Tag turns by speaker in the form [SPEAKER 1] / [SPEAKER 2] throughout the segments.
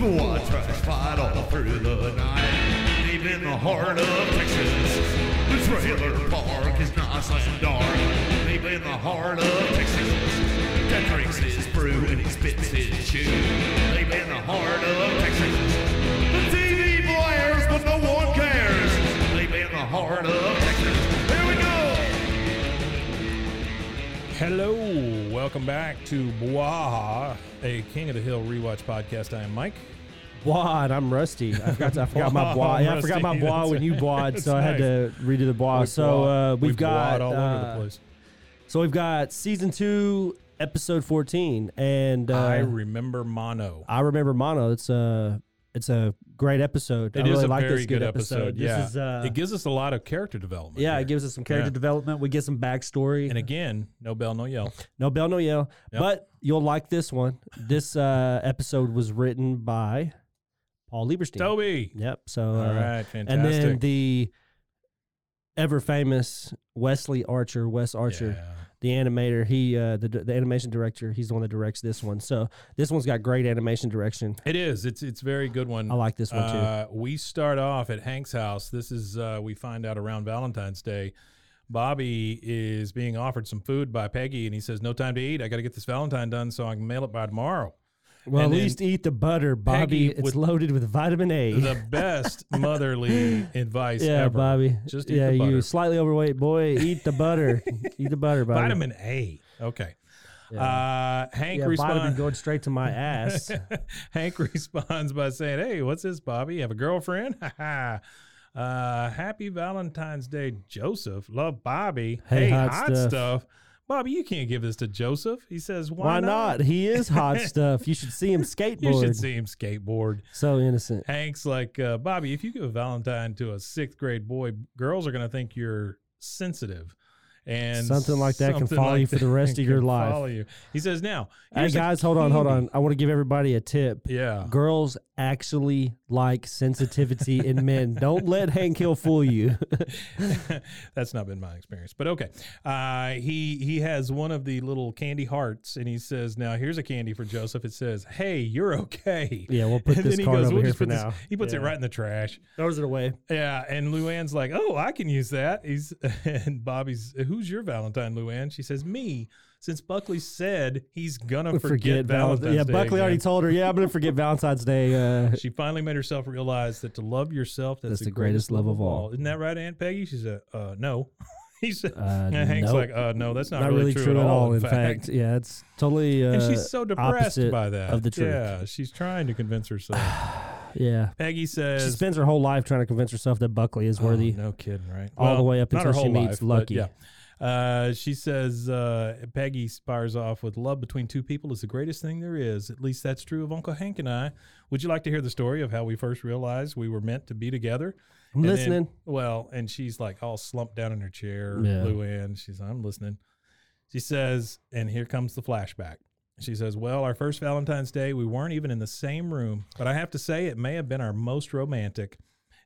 [SPEAKER 1] Watch us fight all through the night. Deep in the heart of Texas, the trailer park is nice and dark. Deep in the heart of Texas, Ted drinks his brew and he spits his shoe. Deep in the heart of Texas, the TV blares but no one cares. Deep in the heart of Texas, here we go.
[SPEAKER 2] Hello, welcome back to Blah, a King of the Hill rewatch podcast. I am Mike.
[SPEAKER 3] Bois, and I'm rusty. I forgot, I forgot
[SPEAKER 2] Bois,
[SPEAKER 3] my bois.
[SPEAKER 2] I'm
[SPEAKER 3] Yeah, I forgot my
[SPEAKER 2] rusty.
[SPEAKER 3] bois
[SPEAKER 2] That's
[SPEAKER 3] when you
[SPEAKER 2] right.
[SPEAKER 3] bois, so I
[SPEAKER 2] That's
[SPEAKER 3] had to redo the bois.
[SPEAKER 2] We
[SPEAKER 3] so
[SPEAKER 2] blah-
[SPEAKER 3] uh, we've
[SPEAKER 2] we
[SPEAKER 3] got
[SPEAKER 2] blah'd all over
[SPEAKER 3] uh,
[SPEAKER 2] the place.
[SPEAKER 3] So we've got season two, episode fourteen, and
[SPEAKER 2] I
[SPEAKER 3] uh, I,
[SPEAKER 2] remember Mono.
[SPEAKER 3] remember Mono. It's a it's a great episode.
[SPEAKER 2] It
[SPEAKER 3] I
[SPEAKER 2] is
[SPEAKER 3] really
[SPEAKER 2] a
[SPEAKER 3] like
[SPEAKER 2] very
[SPEAKER 3] this
[SPEAKER 2] good episode.
[SPEAKER 3] This
[SPEAKER 2] yeah,
[SPEAKER 3] is, uh,
[SPEAKER 2] it gives us a lot of character development.
[SPEAKER 3] yeah,
[SPEAKER 2] here.
[SPEAKER 3] it gives us some character
[SPEAKER 2] Yeah.
[SPEAKER 3] development. We get some backstory.
[SPEAKER 2] And again, no bell, no yell.
[SPEAKER 3] no bell, no yell.
[SPEAKER 2] Yep.
[SPEAKER 3] But you'll like this one. This uh, episode was written by Paul Lieberstein.
[SPEAKER 2] Toby.
[SPEAKER 3] Yep. So
[SPEAKER 2] All
[SPEAKER 3] uh,
[SPEAKER 2] right,
[SPEAKER 3] and
[SPEAKER 2] fantastic.
[SPEAKER 3] then the ever famous Wesley Archer, Wes Archer,
[SPEAKER 2] Yeah.
[SPEAKER 3] the animator. He, uh, the the animation director. He's the one that directs this one. So this one's got great animation direction.
[SPEAKER 2] It is. It's it's a very good one.
[SPEAKER 3] I like this one too.
[SPEAKER 2] Uh, we start off at Hank's house. This is uh, we find out around Valentine's Day. Bobby is being offered some food by Peggy, and he says, "No time to eat. I got to get this Valentine done so I can mail it by tomorrow."
[SPEAKER 3] Well, at
[SPEAKER 2] and then
[SPEAKER 3] least eat the butter,
[SPEAKER 2] Peggy
[SPEAKER 3] Bobby. It's
[SPEAKER 2] would-
[SPEAKER 3] loaded with vitamin A.
[SPEAKER 2] The best motherly advice
[SPEAKER 3] yeah,
[SPEAKER 2] ever.
[SPEAKER 3] Bobby.
[SPEAKER 2] Just eat
[SPEAKER 3] yeah,
[SPEAKER 2] the butter.
[SPEAKER 3] you slightly overweight boy. Eat the butter. eat the butter, Bobby.
[SPEAKER 2] Vitamin A. Okay.
[SPEAKER 3] Yeah.
[SPEAKER 2] Uh, Hank
[SPEAKER 3] yeah, vitamin
[SPEAKER 2] responds.
[SPEAKER 3] going straight to my ass.
[SPEAKER 2] Hank responds by saying, "Hey, what's this, Bobby? You have a girlfriend? Ha ha. Uh, happy Valentine's Day, Joseph. Love, Bobby.
[SPEAKER 3] Hey,
[SPEAKER 2] Hey,
[SPEAKER 3] hot
[SPEAKER 2] hot,
[SPEAKER 3] stuff.
[SPEAKER 2] stuff. Bobby, you can't give this to Joseph." He says, "Why,
[SPEAKER 3] Why not? He is hot stuff. You should see him skateboard.
[SPEAKER 2] You should see him skateboard."
[SPEAKER 3] So innocent.
[SPEAKER 2] Hank's like, uh, "Bobby, if you give a Valentine to a sixth grade boy, girls are gonna think you're sensitive." And
[SPEAKER 3] Something like that can
[SPEAKER 2] something
[SPEAKER 3] follow you for the rest
[SPEAKER 2] that
[SPEAKER 3] of your
[SPEAKER 2] can
[SPEAKER 3] life.
[SPEAKER 2] follow you. He says, "Now,
[SPEAKER 3] Hey
[SPEAKER 2] here's a
[SPEAKER 3] guys, hold on, hold
[SPEAKER 2] key-
[SPEAKER 3] on. I want to give everybody a tip.
[SPEAKER 2] Yeah,
[SPEAKER 3] Girls actually like sensitivity in men. Don't let Hank Hill fool you.
[SPEAKER 2] That's not been my experience, but okay. Uh, he he has one of the little candy hearts, and he says, "Now here's a candy for Joseph." It says, "Hey, you're okay."
[SPEAKER 3] yeah, we'll put
[SPEAKER 2] and
[SPEAKER 3] this
[SPEAKER 2] then he
[SPEAKER 3] card
[SPEAKER 2] goes,
[SPEAKER 3] over
[SPEAKER 2] "We'll
[SPEAKER 3] here
[SPEAKER 2] just
[SPEAKER 3] for
[SPEAKER 2] put this-"
[SPEAKER 3] now.
[SPEAKER 2] He puts it
[SPEAKER 3] Yeah.
[SPEAKER 2] right in the trash.
[SPEAKER 3] Throws it away.
[SPEAKER 2] Yeah, and Luann's like, "Oh, I can use that." He's and Bobby's, "Who's your Valentine, Luann?" She says, "Me." Since Buckley said he's gonna forget, Valentine's
[SPEAKER 3] Valentine's. Yeah,
[SPEAKER 2] Day
[SPEAKER 3] Buckley already
[SPEAKER 2] again.
[SPEAKER 3] told her. Yeah, I'm gonna forget Valentine's Day. Uh,
[SPEAKER 2] She finally made herself realize that to love yourself, that's,
[SPEAKER 3] That's the greatest love of all.
[SPEAKER 2] Isn't that right, Aunt Peggy? She said, uh, no. he said,
[SPEAKER 3] Uh,
[SPEAKER 2] and Hank's
[SPEAKER 3] nope.
[SPEAKER 2] like, uh, no, that's not,
[SPEAKER 3] not, really true, at all. In fact. yeah, it's totally. Uh,
[SPEAKER 2] and she's so depressed
[SPEAKER 3] opposite
[SPEAKER 2] by that.
[SPEAKER 3] of the truth.
[SPEAKER 2] Yeah, she's trying to convince herself.
[SPEAKER 3] yeah.
[SPEAKER 2] Peggy
[SPEAKER 3] She
[SPEAKER 2] says,
[SPEAKER 3] spends her whole life trying to convince herself that Buckley is worthy.
[SPEAKER 2] Oh, no kidding, right?
[SPEAKER 3] all the way up
[SPEAKER 2] not her
[SPEAKER 3] until she
[SPEAKER 2] whole
[SPEAKER 3] meets
[SPEAKER 2] but
[SPEAKER 3] Lucky.
[SPEAKER 2] Yeah. Uh, she says, uh, Peggy spires off with love between two people is the greatest thing there is. At least that's true of Uncle Hank and I. Would you like to hear the story of how we first realized we were meant to be together?
[SPEAKER 3] I'm
[SPEAKER 2] And then-
[SPEAKER 3] listening.
[SPEAKER 2] well, and she's like all slumped down in her chair,
[SPEAKER 3] Yeah.
[SPEAKER 2] Luann. She's, I'm listening. She says, and here comes the flashback. She says, Well, our first Valentine's Day, we weren't even in the same room, but I have to say it may have been our most romantic.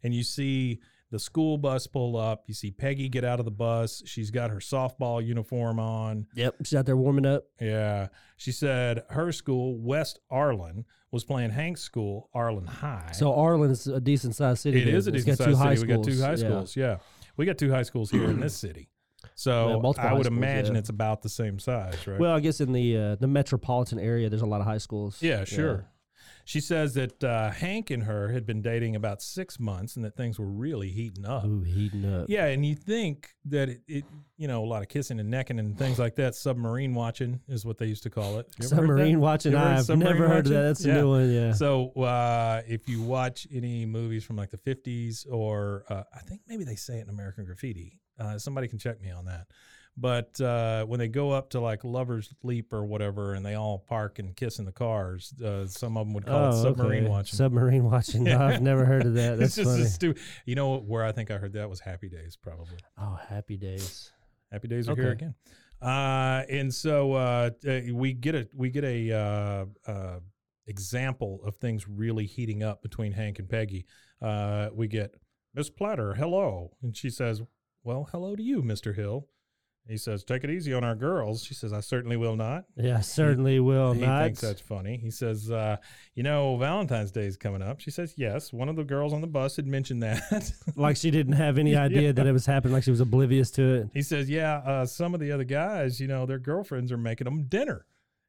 [SPEAKER 2] And you see the school bus pull up. You see Peggy get out of the bus. She's got her softball uniform on.
[SPEAKER 3] Yep, she's out there warming up.
[SPEAKER 2] Yeah. She said her school, West Arlen, was playing Hank's school, Arlen High.
[SPEAKER 3] So Arlen's a decent sized city.
[SPEAKER 2] It
[SPEAKER 3] dude.
[SPEAKER 2] is a
[SPEAKER 3] It's
[SPEAKER 2] decent
[SPEAKER 3] got two
[SPEAKER 2] sized
[SPEAKER 3] high
[SPEAKER 2] city. We got two
[SPEAKER 3] schools.
[SPEAKER 2] high
[SPEAKER 3] Yeah.
[SPEAKER 2] schools. Yeah. We got two high schools here in this city.
[SPEAKER 3] Yeah,
[SPEAKER 2] So
[SPEAKER 3] multiple
[SPEAKER 2] I
[SPEAKER 3] high
[SPEAKER 2] would
[SPEAKER 3] schools,
[SPEAKER 2] imagine
[SPEAKER 3] yeah.
[SPEAKER 2] it's about the same size, right?
[SPEAKER 3] Well, I guess in the uh, the metropolitan area, there's a lot of high schools.
[SPEAKER 2] yeah, sure. She says that uh, Hank and her had been dating about six months and that things were really heating up.
[SPEAKER 3] Ooh, Oh, heating up.
[SPEAKER 2] Yeah, and you think that it, it, you know, a lot of kissing and necking and things like that. Submarine watching is what they used to call it. You ever heard that?
[SPEAKER 3] Submarine watching.
[SPEAKER 2] You ever heard
[SPEAKER 3] I've
[SPEAKER 2] submarine
[SPEAKER 3] never heard of
[SPEAKER 2] watching?
[SPEAKER 3] that. That's
[SPEAKER 2] Yeah.
[SPEAKER 3] a new one. Yeah.
[SPEAKER 2] So uh, if you watch any movies from like the 50s or uh, I think maybe they say it in American Graffiti. Uh, somebody can check me on that. But uh, when they go up to like Lover's Leap or whatever and they all park and kiss in the cars, uh, some of them would call it submarine
[SPEAKER 3] Oh, okay.
[SPEAKER 2] watching.
[SPEAKER 3] Submarine watching. No, I've never heard of that.
[SPEAKER 2] it's
[SPEAKER 3] That's
[SPEAKER 2] just
[SPEAKER 3] funny.
[SPEAKER 2] a stupid. You know where I think I heard that was Happy Days probably.
[SPEAKER 3] oh, happy days.
[SPEAKER 2] Happy days are here
[SPEAKER 3] Okay.
[SPEAKER 2] again. Uh, and so uh, uh, we get a we get a uh, uh, example of things really heating up between Hank and Peggy. Uh, we get Miss Platter, hello, and she says, "Well, hello to you, Mister Hill." He says, "Take it easy on our girls." She says, "I certainly will not."
[SPEAKER 3] Yeah, certainly will
[SPEAKER 2] he
[SPEAKER 3] not.
[SPEAKER 2] thinks that's funny. He says, uh, "You know, Valentine's Day is coming up." She says, "Yes." One of the girls on the bus had mentioned that.
[SPEAKER 3] like she didn't have any idea that it was happening. Like she was oblivious to it.
[SPEAKER 2] He says, "Yeah, uh, some of the other guys, you know, their girlfriends are making them dinner."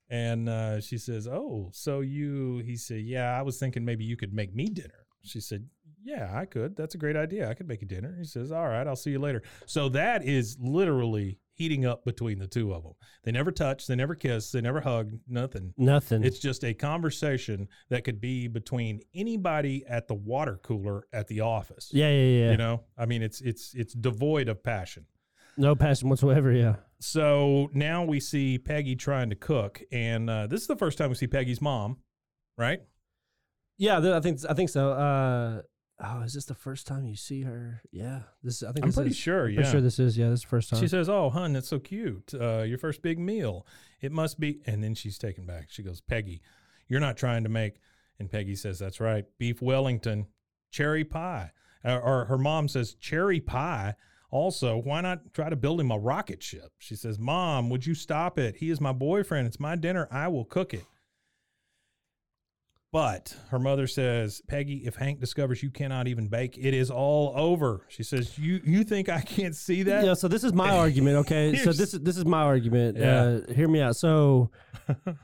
[SPEAKER 2] And uh, she says, "Oh, so you?" He said, "Yeah, I was thinking maybe you could make me dinner." She said, "Yeah, I could. That's a great idea. I could make you dinner." He says, "All right, I'll see you later." So that is literally heating up between the two of them. They never touch. They never kiss. They never hug. Nothing.
[SPEAKER 3] Nothing.
[SPEAKER 2] It's just a conversation that could be between anybody at the water cooler at the office.
[SPEAKER 3] yeah, yeah, yeah.
[SPEAKER 2] You know, I mean, it's it's it's devoid of passion.
[SPEAKER 3] no passion whatsoever. Yeah.
[SPEAKER 2] So now we see Peggy trying to cook, and uh, this is the first time we see Peggy's mom, right?
[SPEAKER 3] Yeah, th- I think I think so. Uh, oh, is this the first time you see her? Yeah, this I think
[SPEAKER 2] I'm
[SPEAKER 3] this
[SPEAKER 2] pretty
[SPEAKER 3] is,
[SPEAKER 2] sure.
[SPEAKER 3] I'm
[SPEAKER 2] Yeah.
[SPEAKER 3] pretty sure this is. Yeah, this is the first time.
[SPEAKER 2] she says, "Oh, hun, that's so cute. Uh, your first big meal. It must be." And then she's taken back. She goes, "Peggy, you're not trying to make." And Peggy says, "That's right, beef Wellington, cherry pie." Or, or her mom says, "Cherry pie." Also, why not try to build him a rocket ship? She says, "Mom, would you stop it? He is my boyfriend. It's my dinner. I will cook it." But her mother says, Peggy, if Hank discovers you cannot even bake, it is all over. She says, You you think I can't see that?
[SPEAKER 3] yeah, so this is my argument. Okay, so
[SPEAKER 2] Here's-
[SPEAKER 3] this is this is my argument.
[SPEAKER 2] Yeah.
[SPEAKER 3] Uh, hear me out. So,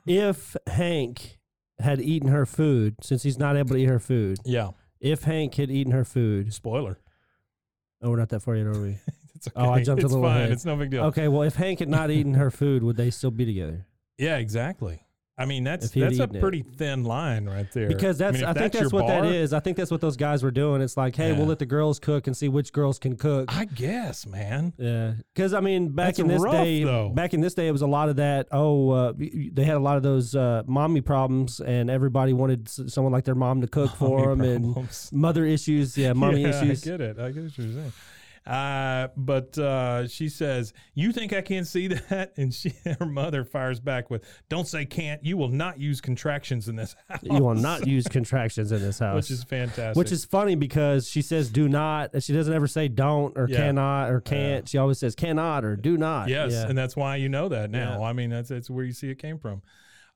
[SPEAKER 3] if Hank had eaten her food, since he's not able to eat her food,
[SPEAKER 2] Yeah.
[SPEAKER 3] if Hank had eaten her food,
[SPEAKER 2] Spoiler.
[SPEAKER 3] oh, we're not that far yet, are we?
[SPEAKER 2] It's okay.
[SPEAKER 3] Oh, I jumped a
[SPEAKER 2] it's
[SPEAKER 3] little
[SPEAKER 2] fine.
[SPEAKER 3] ahead.
[SPEAKER 2] It's no big deal.
[SPEAKER 3] Okay, well, if Hank had not eaten her food, would they still be together?
[SPEAKER 2] Yeah, exactly. I mean, that's
[SPEAKER 3] If he had
[SPEAKER 2] that's a
[SPEAKER 3] eaten it.
[SPEAKER 2] pretty thin line right there.
[SPEAKER 3] Because that's, I,
[SPEAKER 2] mean, if
[SPEAKER 3] think that's,
[SPEAKER 2] your
[SPEAKER 3] what that
[SPEAKER 2] bar-
[SPEAKER 3] is. I think that's what those guys were doing. It's like, hey,
[SPEAKER 2] Yeah.
[SPEAKER 3] we'll let the girls cook and see which girls can cook.
[SPEAKER 2] I guess, man.
[SPEAKER 3] Yeah, because I mean, back
[SPEAKER 2] That's
[SPEAKER 3] in this
[SPEAKER 2] rough,
[SPEAKER 3] day,
[SPEAKER 2] though.
[SPEAKER 3] back in this day, it was a lot of that. Oh, uh, y- y- they had a lot of those uh, mommy problems, and everybody wanted s- someone like their mom to cook for them,
[SPEAKER 2] Mommy
[SPEAKER 3] and
[SPEAKER 2] problems.
[SPEAKER 3] mother issues. Yeah, mommy
[SPEAKER 2] Yeah,
[SPEAKER 3] issues.
[SPEAKER 2] I get it. I get what you're saying. Uh, but uh, she says, "You think I can't see that?" And she, her mother, fires back with, "Don't say can't. You will not use contractions in this house."
[SPEAKER 3] You will not use contractions in this house,
[SPEAKER 2] which is fantastic.
[SPEAKER 3] Which is funny because she says do not, and she doesn't ever say don't or
[SPEAKER 2] Yeah.
[SPEAKER 3] cannot or can't. She always says cannot or do not.
[SPEAKER 2] Yes,
[SPEAKER 3] Yeah.
[SPEAKER 2] and that's why you know that now.
[SPEAKER 3] Yeah.
[SPEAKER 2] I mean, that's that's where you see it came from.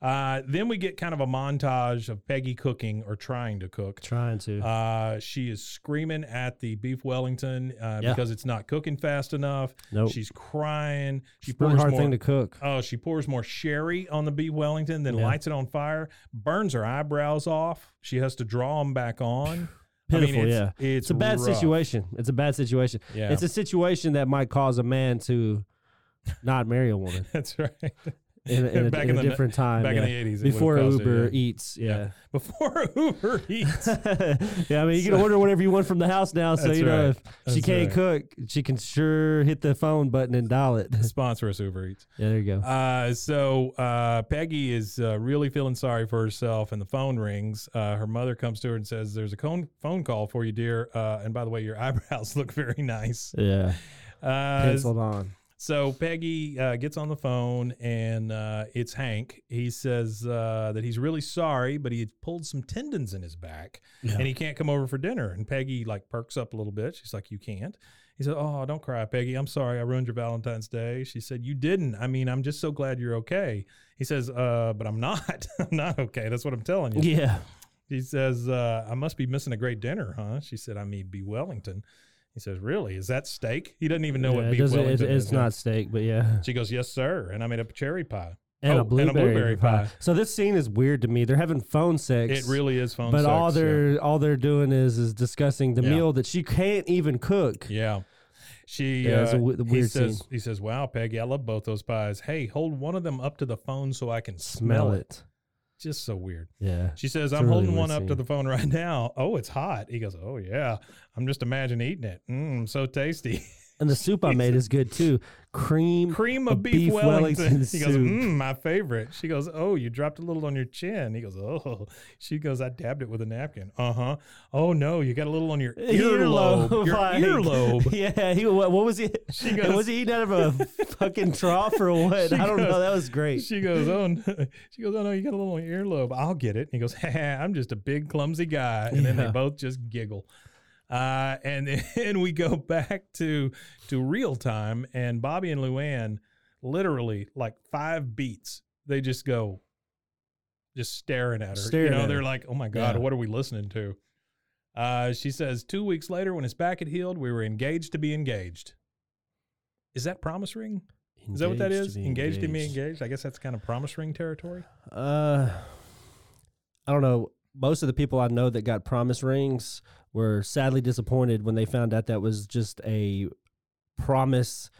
[SPEAKER 2] Uh, then we get kind of a montage of Peggy cooking or trying to cook.
[SPEAKER 3] trying to.
[SPEAKER 2] Uh, she is screaming at the beef Wellington uh,
[SPEAKER 3] Yeah.
[SPEAKER 2] because it's not cooking fast enough.
[SPEAKER 3] Nope.
[SPEAKER 2] She's crying. She
[SPEAKER 3] It's a really
[SPEAKER 2] pours
[SPEAKER 3] hard
[SPEAKER 2] more.
[SPEAKER 3] thing to cook.
[SPEAKER 2] Oh, she pours more sherry on the beef Wellington, then
[SPEAKER 3] Yeah.
[SPEAKER 2] lights it on fire, burns her eyebrows off. She has to draw them back on. I mean,
[SPEAKER 3] Pitiful,
[SPEAKER 2] it's,
[SPEAKER 3] yeah.
[SPEAKER 2] it's,
[SPEAKER 3] It's a bad
[SPEAKER 2] rough.
[SPEAKER 3] situation. It's a bad situation.
[SPEAKER 2] Yeah.
[SPEAKER 3] It's a situation that might cause a man to not marry a woman
[SPEAKER 2] That's right.
[SPEAKER 3] in, a- in a,
[SPEAKER 2] Back
[SPEAKER 3] in
[SPEAKER 2] in
[SPEAKER 3] a
[SPEAKER 2] the-
[SPEAKER 3] different time.
[SPEAKER 2] back in
[SPEAKER 3] yeah.
[SPEAKER 2] the 80s, it would've
[SPEAKER 3] Before
[SPEAKER 2] caused it,
[SPEAKER 3] Uber
[SPEAKER 2] yeah.
[SPEAKER 3] Eats. Yeah.
[SPEAKER 2] Before Uber Eats.
[SPEAKER 3] Yeah. I mean, you can order whatever you want from the house now. So,
[SPEAKER 2] That's
[SPEAKER 3] you know,
[SPEAKER 2] right.
[SPEAKER 3] if she
[SPEAKER 2] That's
[SPEAKER 3] can't
[SPEAKER 2] right.
[SPEAKER 3] cook, she can sure hit the phone button and dial it.
[SPEAKER 2] Sponsor us, Uber Eats.
[SPEAKER 3] yeah, there you go.
[SPEAKER 2] Uh, so uh, Peggy is uh, really feeling sorry for herself, and the phone rings. Uh, her mother comes to her and says, "There's a con- phone call for you, dear. Uh, and by the way, your eyebrows look very nice."
[SPEAKER 3] yeah.
[SPEAKER 2] Uh,
[SPEAKER 3] Penciled on.
[SPEAKER 2] so Peggy uh, gets on the phone, and uh, it's Hank. He says uh, that he's really sorry, but he had pulled some tendons in his back, and he can't come over for dinner. And Peggy like perks up a little bit. She's like, "You can't." He said, "Oh, don't cry, Peggy. I'm sorry. I ruined your Valentine's Day." She said, "You didn't. I mean, I'm just so glad you're okay." He says, "Uh, but I'm not. I'm not okay. That's what I'm telling you."
[SPEAKER 3] Yeah.
[SPEAKER 2] He says, uh, I must be missing a great dinner, huh? She said, I mean, be Wellington. He says, Really? Is that steak? He doesn't even know
[SPEAKER 3] Yeah,
[SPEAKER 2] what
[SPEAKER 3] it
[SPEAKER 2] beef
[SPEAKER 3] doesn't- it-
[SPEAKER 2] Wellington
[SPEAKER 3] It's
[SPEAKER 2] is.
[SPEAKER 3] not steak, but yeah.
[SPEAKER 2] She goes, Yes, sir. And I made a cherry pie.
[SPEAKER 3] And,
[SPEAKER 2] Oh,
[SPEAKER 3] a blueberry
[SPEAKER 2] pie.
[SPEAKER 3] pie. So this scene is weird to me. They're having phone sex.
[SPEAKER 2] It really is phone
[SPEAKER 3] But
[SPEAKER 2] sex,
[SPEAKER 3] all
[SPEAKER 2] yeah.
[SPEAKER 3] they're all they're doing is is discussing the
[SPEAKER 2] Yeah.
[SPEAKER 3] meal that she can't even cook.
[SPEAKER 2] Yeah. She
[SPEAKER 3] Yeah, it's
[SPEAKER 2] uh,
[SPEAKER 3] a w-
[SPEAKER 2] he
[SPEAKER 3] weird
[SPEAKER 2] says
[SPEAKER 3] scene.
[SPEAKER 2] he says, "Wow, Peggy, I love both those pies. Hey, hold one of them up to the phone so I can smell,
[SPEAKER 3] Smell
[SPEAKER 2] it.
[SPEAKER 3] it.
[SPEAKER 2] Just so weird."
[SPEAKER 3] Yeah.
[SPEAKER 2] She says,
[SPEAKER 3] a
[SPEAKER 2] "I'm
[SPEAKER 3] really
[SPEAKER 2] holding
[SPEAKER 3] weird
[SPEAKER 2] one up to
[SPEAKER 3] scene.
[SPEAKER 2] the phone right now. Oh, it's hot." He goes, "Oh yeah, I'm just imagining eating it. Mmm, so tasty.
[SPEAKER 3] And the soup I made is good too. Cream.
[SPEAKER 2] Cream
[SPEAKER 3] a
[SPEAKER 2] of beef, Wellington." He goes,
[SPEAKER 3] soup.
[SPEAKER 2] "Mmm, my favorite." She goes, "Oh, you dropped a little on your chin." He goes, "Oh." She goes, "I dabbed it with a napkin." Uh huh. Oh no, you got a little on your earlobe. Your
[SPEAKER 3] like-
[SPEAKER 2] earlobe.
[SPEAKER 3] Yeah, he, what, what was he?
[SPEAKER 2] She goes-
[SPEAKER 3] was he eating out of a fucking trough or what?
[SPEAKER 2] She
[SPEAKER 3] I don't
[SPEAKER 2] goes-
[SPEAKER 3] know. That was great.
[SPEAKER 2] She goes, oh, no. she goes, oh no, you got a little earlobe. I'll get it. And he goes, "Ha, ha, I'm just a big clumsy guy. And then they
[SPEAKER 3] Yeah.
[SPEAKER 2] both just giggle. Uh, and then we go back to to real time, and Bobby and Luann, literally like five beats, they just go, just staring at her. you
[SPEAKER 3] Staring
[SPEAKER 2] know,
[SPEAKER 3] at
[SPEAKER 2] they're
[SPEAKER 3] her.
[SPEAKER 2] like, oh my god,
[SPEAKER 3] Yeah.
[SPEAKER 2] what are we listening to? Uh, she says, two weeks later, when his back had healed, we were engaged to be engaged. Is that promise ring? Is that what that is? Engaged to be engaged. I guess that's kind of promise ring territory.
[SPEAKER 3] Uh, I don't know. Most of the people I know that got promise rings were sadly disappointed when they found out that was just a promise.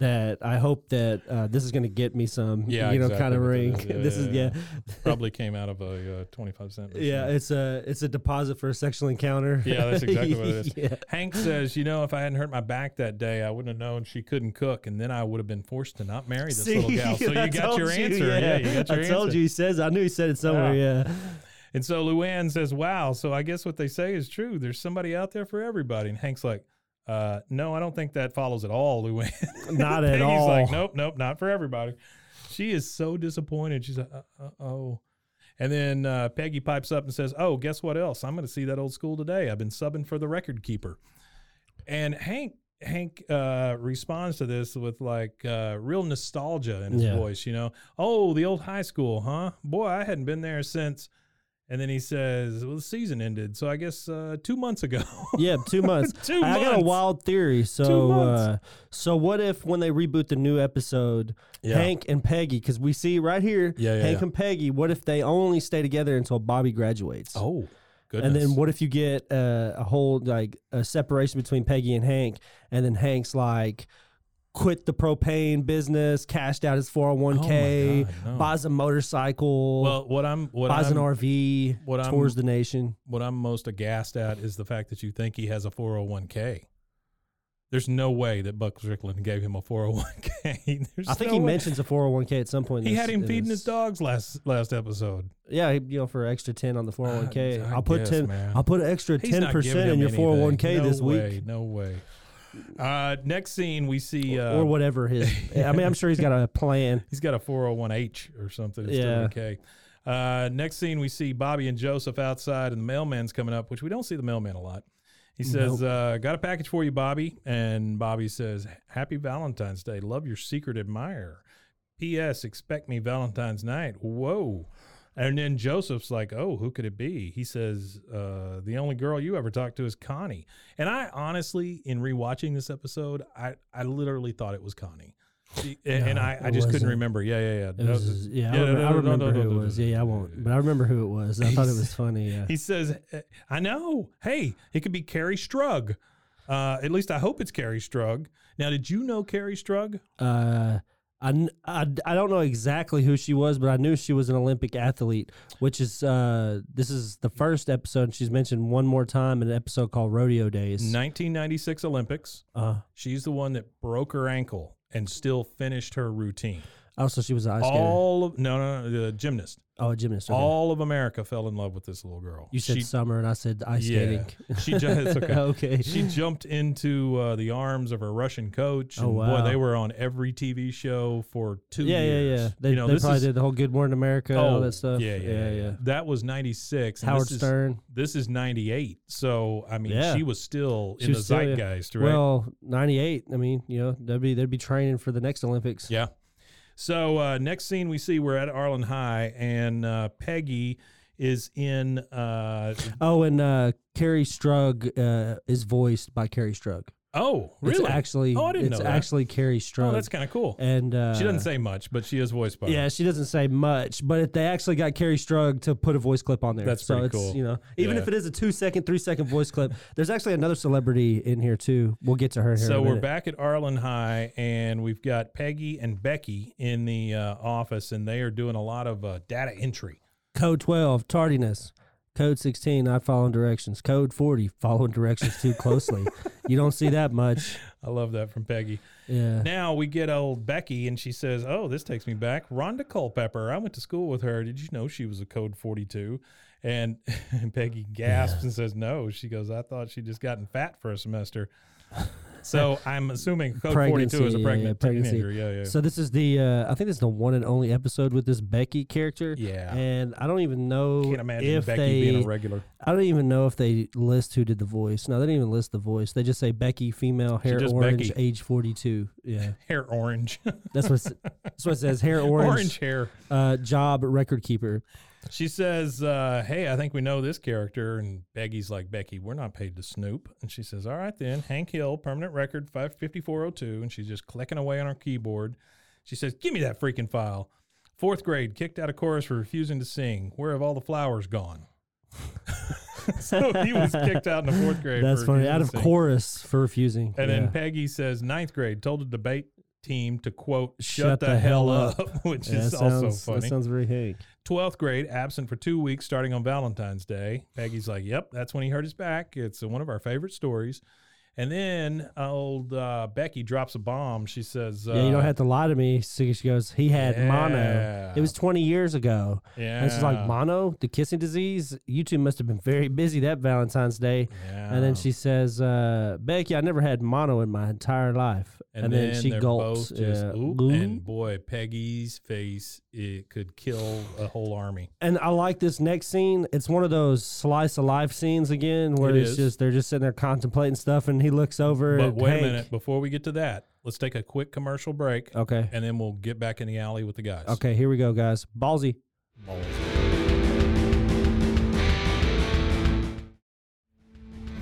[SPEAKER 3] That I hope that uh, this is going to get me some,
[SPEAKER 2] Yeah,
[SPEAKER 3] you know,
[SPEAKER 2] exactly
[SPEAKER 3] kind of
[SPEAKER 2] what that
[SPEAKER 3] ring.
[SPEAKER 2] is. Yeah,
[SPEAKER 3] this is
[SPEAKER 2] yeah,
[SPEAKER 3] yeah,
[SPEAKER 2] Probably came out of a uh, twenty-five cent. machine.
[SPEAKER 3] yeah. It's a it's a deposit for a sexual encounter.
[SPEAKER 2] Yeah, that's exactly what it is.
[SPEAKER 3] yeah.
[SPEAKER 2] Hank says, you know, if I hadn't hurt my back that day, I wouldn't have known she couldn't cook, and then I would have been forced to not marry this little gal. So
[SPEAKER 3] I
[SPEAKER 2] you got your
[SPEAKER 3] told you,
[SPEAKER 2] answer. Yeah. you got your
[SPEAKER 3] I told
[SPEAKER 2] answer. Ah.
[SPEAKER 3] you. He says. I knew he said it somewhere. Yeah.
[SPEAKER 2] And so Luann says, "Wow." So I guess what they say is true. There's somebody out there for everybody. And Hank's like, uh, "No, I don't think that follows at all, Luann."
[SPEAKER 3] Not at
[SPEAKER 2] Peggy's
[SPEAKER 3] all.
[SPEAKER 2] like, nope, nope, not for everybody. She is so disappointed. She's like, uh, uh, oh. And then uh, Peggy pipes up and says, oh, guess what else? I'm going to see that old school today. I've been subbing for the record keeper. And Hank Hank uh, responds to this with like uh, real nostalgia in his
[SPEAKER 3] Yeah.
[SPEAKER 2] voice, you know. Oh, the old high school, huh? Boy, I hadn't been there since. And then he says, well, the season ended. So I guess uh, two months ago.
[SPEAKER 3] Yeah, two months.
[SPEAKER 2] Two
[SPEAKER 3] I got a
[SPEAKER 2] months.
[SPEAKER 3] wild theory. So,
[SPEAKER 2] months.
[SPEAKER 3] Uh, so what if when they reboot the new episode, Hank and Peggy, because we see right here,
[SPEAKER 2] Yeah, yeah,
[SPEAKER 3] Hank
[SPEAKER 2] yeah.
[SPEAKER 3] and Peggy. What if they only stay together until Bobby graduates?
[SPEAKER 2] Oh, goodness.
[SPEAKER 3] And then what if you get uh, a whole like a separation between Peggy and Hank, and then Hank's like quit the propane business, cashed out his four hundred one k,
[SPEAKER 2] Oh my Oh, God, no.
[SPEAKER 3] buys a motorcycle,
[SPEAKER 2] Well, what I'm what
[SPEAKER 3] buys
[SPEAKER 2] I'm,
[SPEAKER 3] an RV,
[SPEAKER 2] what I'm-
[SPEAKER 3] tours the nation.
[SPEAKER 2] what I'm most aghast at is the fact that you think he has a 401k. There's no way that Buck Strickland gave him a 401k. There's
[SPEAKER 3] I think
[SPEAKER 2] no
[SPEAKER 3] he
[SPEAKER 2] way.
[SPEAKER 3] mentions a four hundred one k at some point. in
[SPEAKER 2] he
[SPEAKER 3] this-
[SPEAKER 2] had him
[SPEAKER 3] in
[SPEAKER 2] feeding
[SPEAKER 3] this-
[SPEAKER 2] his dogs last last episode.
[SPEAKER 3] Yeah, he- you know, for extra ten on the four hundred one k,
[SPEAKER 2] Uh, I
[SPEAKER 3] I'll put
[SPEAKER 2] guess,
[SPEAKER 3] ten.
[SPEAKER 2] man.
[SPEAKER 3] I'll put an extra
[SPEAKER 2] He's
[SPEAKER 3] ten
[SPEAKER 2] not giving
[SPEAKER 3] percent in
[SPEAKER 2] him
[SPEAKER 3] your
[SPEAKER 2] anything.
[SPEAKER 3] four hundred one k
[SPEAKER 2] No
[SPEAKER 3] this
[SPEAKER 2] way,
[SPEAKER 3] week,
[SPEAKER 2] No way. Uh, next scene, we see uh,
[SPEAKER 3] or whatever his. I mean, I'm sure he's got a plan.
[SPEAKER 2] He's got a 401H or something. It's
[SPEAKER 3] Yeah.
[SPEAKER 2] yeah. K. Uh, next scene, we see Bobby and Joseph outside, and the mailman's coming up, which we don't see the mailman a lot. He says, uh, Got a package for you, Bobby. And Bobby says, Happy Valentine's Day. Love your secret admirer. P.S. Expect me Valentine's night. Whoa. And then Joseph's like, Oh, who could it be? He says, uh, The only girl you ever talked to is Connie. And I honestly, in rewatching this episode, I, I literally thought it was Connie. She- and and
[SPEAKER 3] No,
[SPEAKER 2] I, I
[SPEAKER 3] it
[SPEAKER 2] just couldn't
[SPEAKER 3] wasn't.
[SPEAKER 2] remember. Yeah, yeah, yeah.
[SPEAKER 3] It
[SPEAKER 2] No,
[SPEAKER 3] was, yeah,
[SPEAKER 2] no,
[SPEAKER 3] I, remember,
[SPEAKER 2] no, no,
[SPEAKER 3] I
[SPEAKER 2] no,
[SPEAKER 3] remember
[SPEAKER 2] no, no,
[SPEAKER 3] who
[SPEAKER 2] no,
[SPEAKER 3] it was.
[SPEAKER 2] no,
[SPEAKER 3] Yeah, yeah, I
[SPEAKER 2] no,
[SPEAKER 3] won't.
[SPEAKER 2] no,
[SPEAKER 3] But I remember who it was. I thought it was funny. Yeah.
[SPEAKER 2] He says, eh, I know. Hey, it could be Carrie Strug. Uh, at least I hope it's Carrie Strug. Now, did you know Carrie Strug?
[SPEAKER 3] Uh, I, kn- I, d- I don't know exactly who she was, but I knew she was an Olympic athlete, which is uh, this is the first episode and she's mentioned one more time in an episode called Rodeo Days.
[SPEAKER 2] 1996 Olympics.
[SPEAKER 3] Uh,
[SPEAKER 2] She's the one that broke her ankle
[SPEAKER 3] Mm-hmm.
[SPEAKER 2] and still finished her routine.
[SPEAKER 3] also, oh, she was an ice skater.
[SPEAKER 2] All of, no, no, no, the gymnast.
[SPEAKER 3] Oh, a gymnast. okay.
[SPEAKER 2] All of America fell in love with this little girl.
[SPEAKER 3] You said
[SPEAKER 2] She-
[SPEAKER 3] summer, and I said ice
[SPEAKER 2] Yeah.
[SPEAKER 3] skating.
[SPEAKER 2] She ju- it's okay.
[SPEAKER 3] okay.
[SPEAKER 2] She jumped into uh, the arms of her Russian coach. And
[SPEAKER 3] Oh, wow.
[SPEAKER 2] Boy, they were on every TV show for two
[SPEAKER 3] yeah, yeah,
[SPEAKER 2] years.
[SPEAKER 3] yeah. They,
[SPEAKER 2] you know,
[SPEAKER 3] they
[SPEAKER 2] this
[SPEAKER 3] probably
[SPEAKER 2] is, Oh,
[SPEAKER 3] did the whole Good Morning America, and all that stuff.
[SPEAKER 2] Yeah, yeah, yeah. yeah. That was '96.
[SPEAKER 3] Howard
[SPEAKER 2] this
[SPEAKER 3] Stern.
[SPEAKER 2] Is, this is '98. So I mean,
[SPEAKER 3] Yeah.
[SPEAKER 2] she was still
[SPEAKER 3] She
[SPEAKER 2] in the
[SPEAKER 3] was still, yeah.
[SPEAKER 2] zeitgeist, right?
[SPEAKER 3] Well, '98. I mean, you know, they'd be they'd be training for the next Olympics.
[SPEAKER 2] yeah. So uh, next scene we see we're at Arlen High and uh, Peggy is in. Uh,
[SPEAKER 3] Oh, and uh, Carrie Strug uh, is voiced by Carrie Strug.
[SPEAKER 2] Oh, really?
[SPEAKER 3] It's actually,
[SPEAKER 2] oh, I didn't
[SPEAKER 3] it's
[SPEAKER 2] know that.
[SPEAKER 3] actually Carrie Strug.
[SPEAKER 2] oh, that's kind of cool.
[SPEAKER 3] and uh,
[SPEAKER 2] she doesn't say much, but she is voiced by. her.
[SPEAKER 3] Yeah, she doesn't say much, but it, they actually got Carrie Strug to put a voice clip on there.
[SPEAKER 2] That's
[SPEAKER 3] so
[SPEAKER 2] pretty
[SPEAKER 3] it's,
[SPEAKER 2] cool.
[SPEAKER 3] You know, even
[SPEAKER 2] Yeah.
[SPEAKER 3] if it is a two second, three second voice clip, there's actually another celebrity in here too. We'll get to her here. in
[SPEAKER 2] So
[SPEAKER 3] a
[SPEAKER 2] we're
[SPEAKER 3] minute.
[SPEAKER 2] back at Arlen High, and we've got Peggy and Becky in the uh, office, and they are doing a lot of uh, data entry.
[SPEAKER 3] Code 12, tardiness. Code 16, not following directions. Code 40, following directions too closely. you don't see that much.
[SPEAKER 2] I love that from Peggy.
[SPEAKER 3] Yeah.
[SPEAKER 2] Now we get old Becky, and she says, "Oh, this takes me back. Rhonda Culpepper. I went to school with her. Did you know she was a code 42?" And, and Peggy gasps and says, "No." She goes, "I thought she'd just gotten fat for a semester." So I'm assuming code 42 is a
[SPEAKER 3] Pregnancy, yeah,
[SPEAKER 2] pregnant
[SPEAKER 3] yeah, pregnancy.
[SPEAKER 2] teenager. Yeah, yeah.
[SPEAKER 3] So this is the uh, I think this is the one and only episode with this Becky character.
[SPEAKER 2] Yeah.
[SPEAKER 3] And I don't even know
[SPEAKER 2] Can't imagine
[SPEAKER 3] if
[SPEAKER 2] Becky
[SPEAKER 3] they
[SPEAKER 2] being a regular.
[SPEAKER 3] I don't even know if they list who did the voice. No, they didn't even list the voice. They just say Becky, female, hair
[SPEAKER 2] just
[SPEAKER 3] orange,
[SPEAKER 2] Becky.
[SPEAKER 3] age 42. Yeah.
[SPEAKER 2] Hair orange.
[SPEAKER 3] That's what it's- that's what it says, hair orange,
[SPEAKER 2] orange hair.
[SPEAKER 3] Uh, job record keeper.
[SPEAKER 2] She says, uh, "Hey, I think we know this character." And Becky's like, "Becky, we're not paid to snoop." And she says, "All right then, Hank Hill, permanent record five fifty four oh two. And she's just clicking away on her keyboard. She says, "Give me that freaking file." Fourth grade, kicked out of chorus for refusing to sing. Where have all the flowers gone? so he was kicked out in the fourth grade.
[SPEAKER 3] That's
[SPEAKER 2] for
[SPEAKER 3] funny.
[SPEAKER 2] refusing
[SPEAKER 3] Out
[SPEAKER 2] to
[SPEAKER 3] of
[SPEAKER 2] sing.
[SPEAKER 3] chorus for refusing.
[SPEAKER 2] And
[SPEAKER 3] Yeah.
[SPEAKER 2] then Peggy says, ninth grade, told the debate team to quote, "Shut, the, hell up," which
[SPEAKER 3] Yeah,
[SPEAKER 2] is
[SPEAKER 3] that
[SPEAKER 2] also
[SPEAKER 3] sounds-
[SPEAKER 2] funny.
[SPEAKER 3] That sounds very Hank.
[SPEAKER 2] 12th grade, absent for two weeks starting on Valentine's Day. Peggy's like, Yep, that's when he hurt his back. It's one of our favorite stories. And then old uh, Becky drops a bomb. She says, uh,
[SPEAKER 3] yeah, you don't have to lie to me. So she goes, he had mono.
[SPEAKER 2] Yeah.
[SPEAKER 3] It was 20 years ago.
[SPEAKER 2] Yeah.
[SPEAKER 3] And it's just like, mono, the kissing disease? You two must have been very busy that Valentine's Day. And
[SPEAKER 2] Yeah.
[SPEAKER 3] then she says, uh, Becky, I never had mono in my entire life.
[SPEAKER 2] And,
[SPEAKER 3] And,
[SPEAKER 2] then,
[SPEAKER 3] then, she
[SPEAKER 2] they're
[SPEAKER 3] gulps. uh,
[SPEAKER 2] both just,
[SPEAKER 3] yeah.
[SPEAKER 2] oop.
[SPEAKER 3] Ooh.
[SPEAKER 2] And boy, Peggy's face, it could kill a whole army.
[SPEAKER 3] And I like this next scene. It's one of those slice of life scenes again where
[SPEAKER 2] It
[SPEAKER 3] it's
[SPEAKER 2] is.
[SPEAKER 3] just, they're just sitting there contemplating stuff and he looks over.
[SPEAKER 2] But
[SPEAKER 3] at
[SPEAKER 2] wait
[SPEAKER 3] Hank.
[SPEAKER 2] a minute. Before we get to that, let's take a quick commercial break.
[SPEAKER 3] Okay.
[SPEAKER 2] And then we'll get back in the alley with the guys.
[SPEAKER 3] Okay, here we go, guys. Ballsy.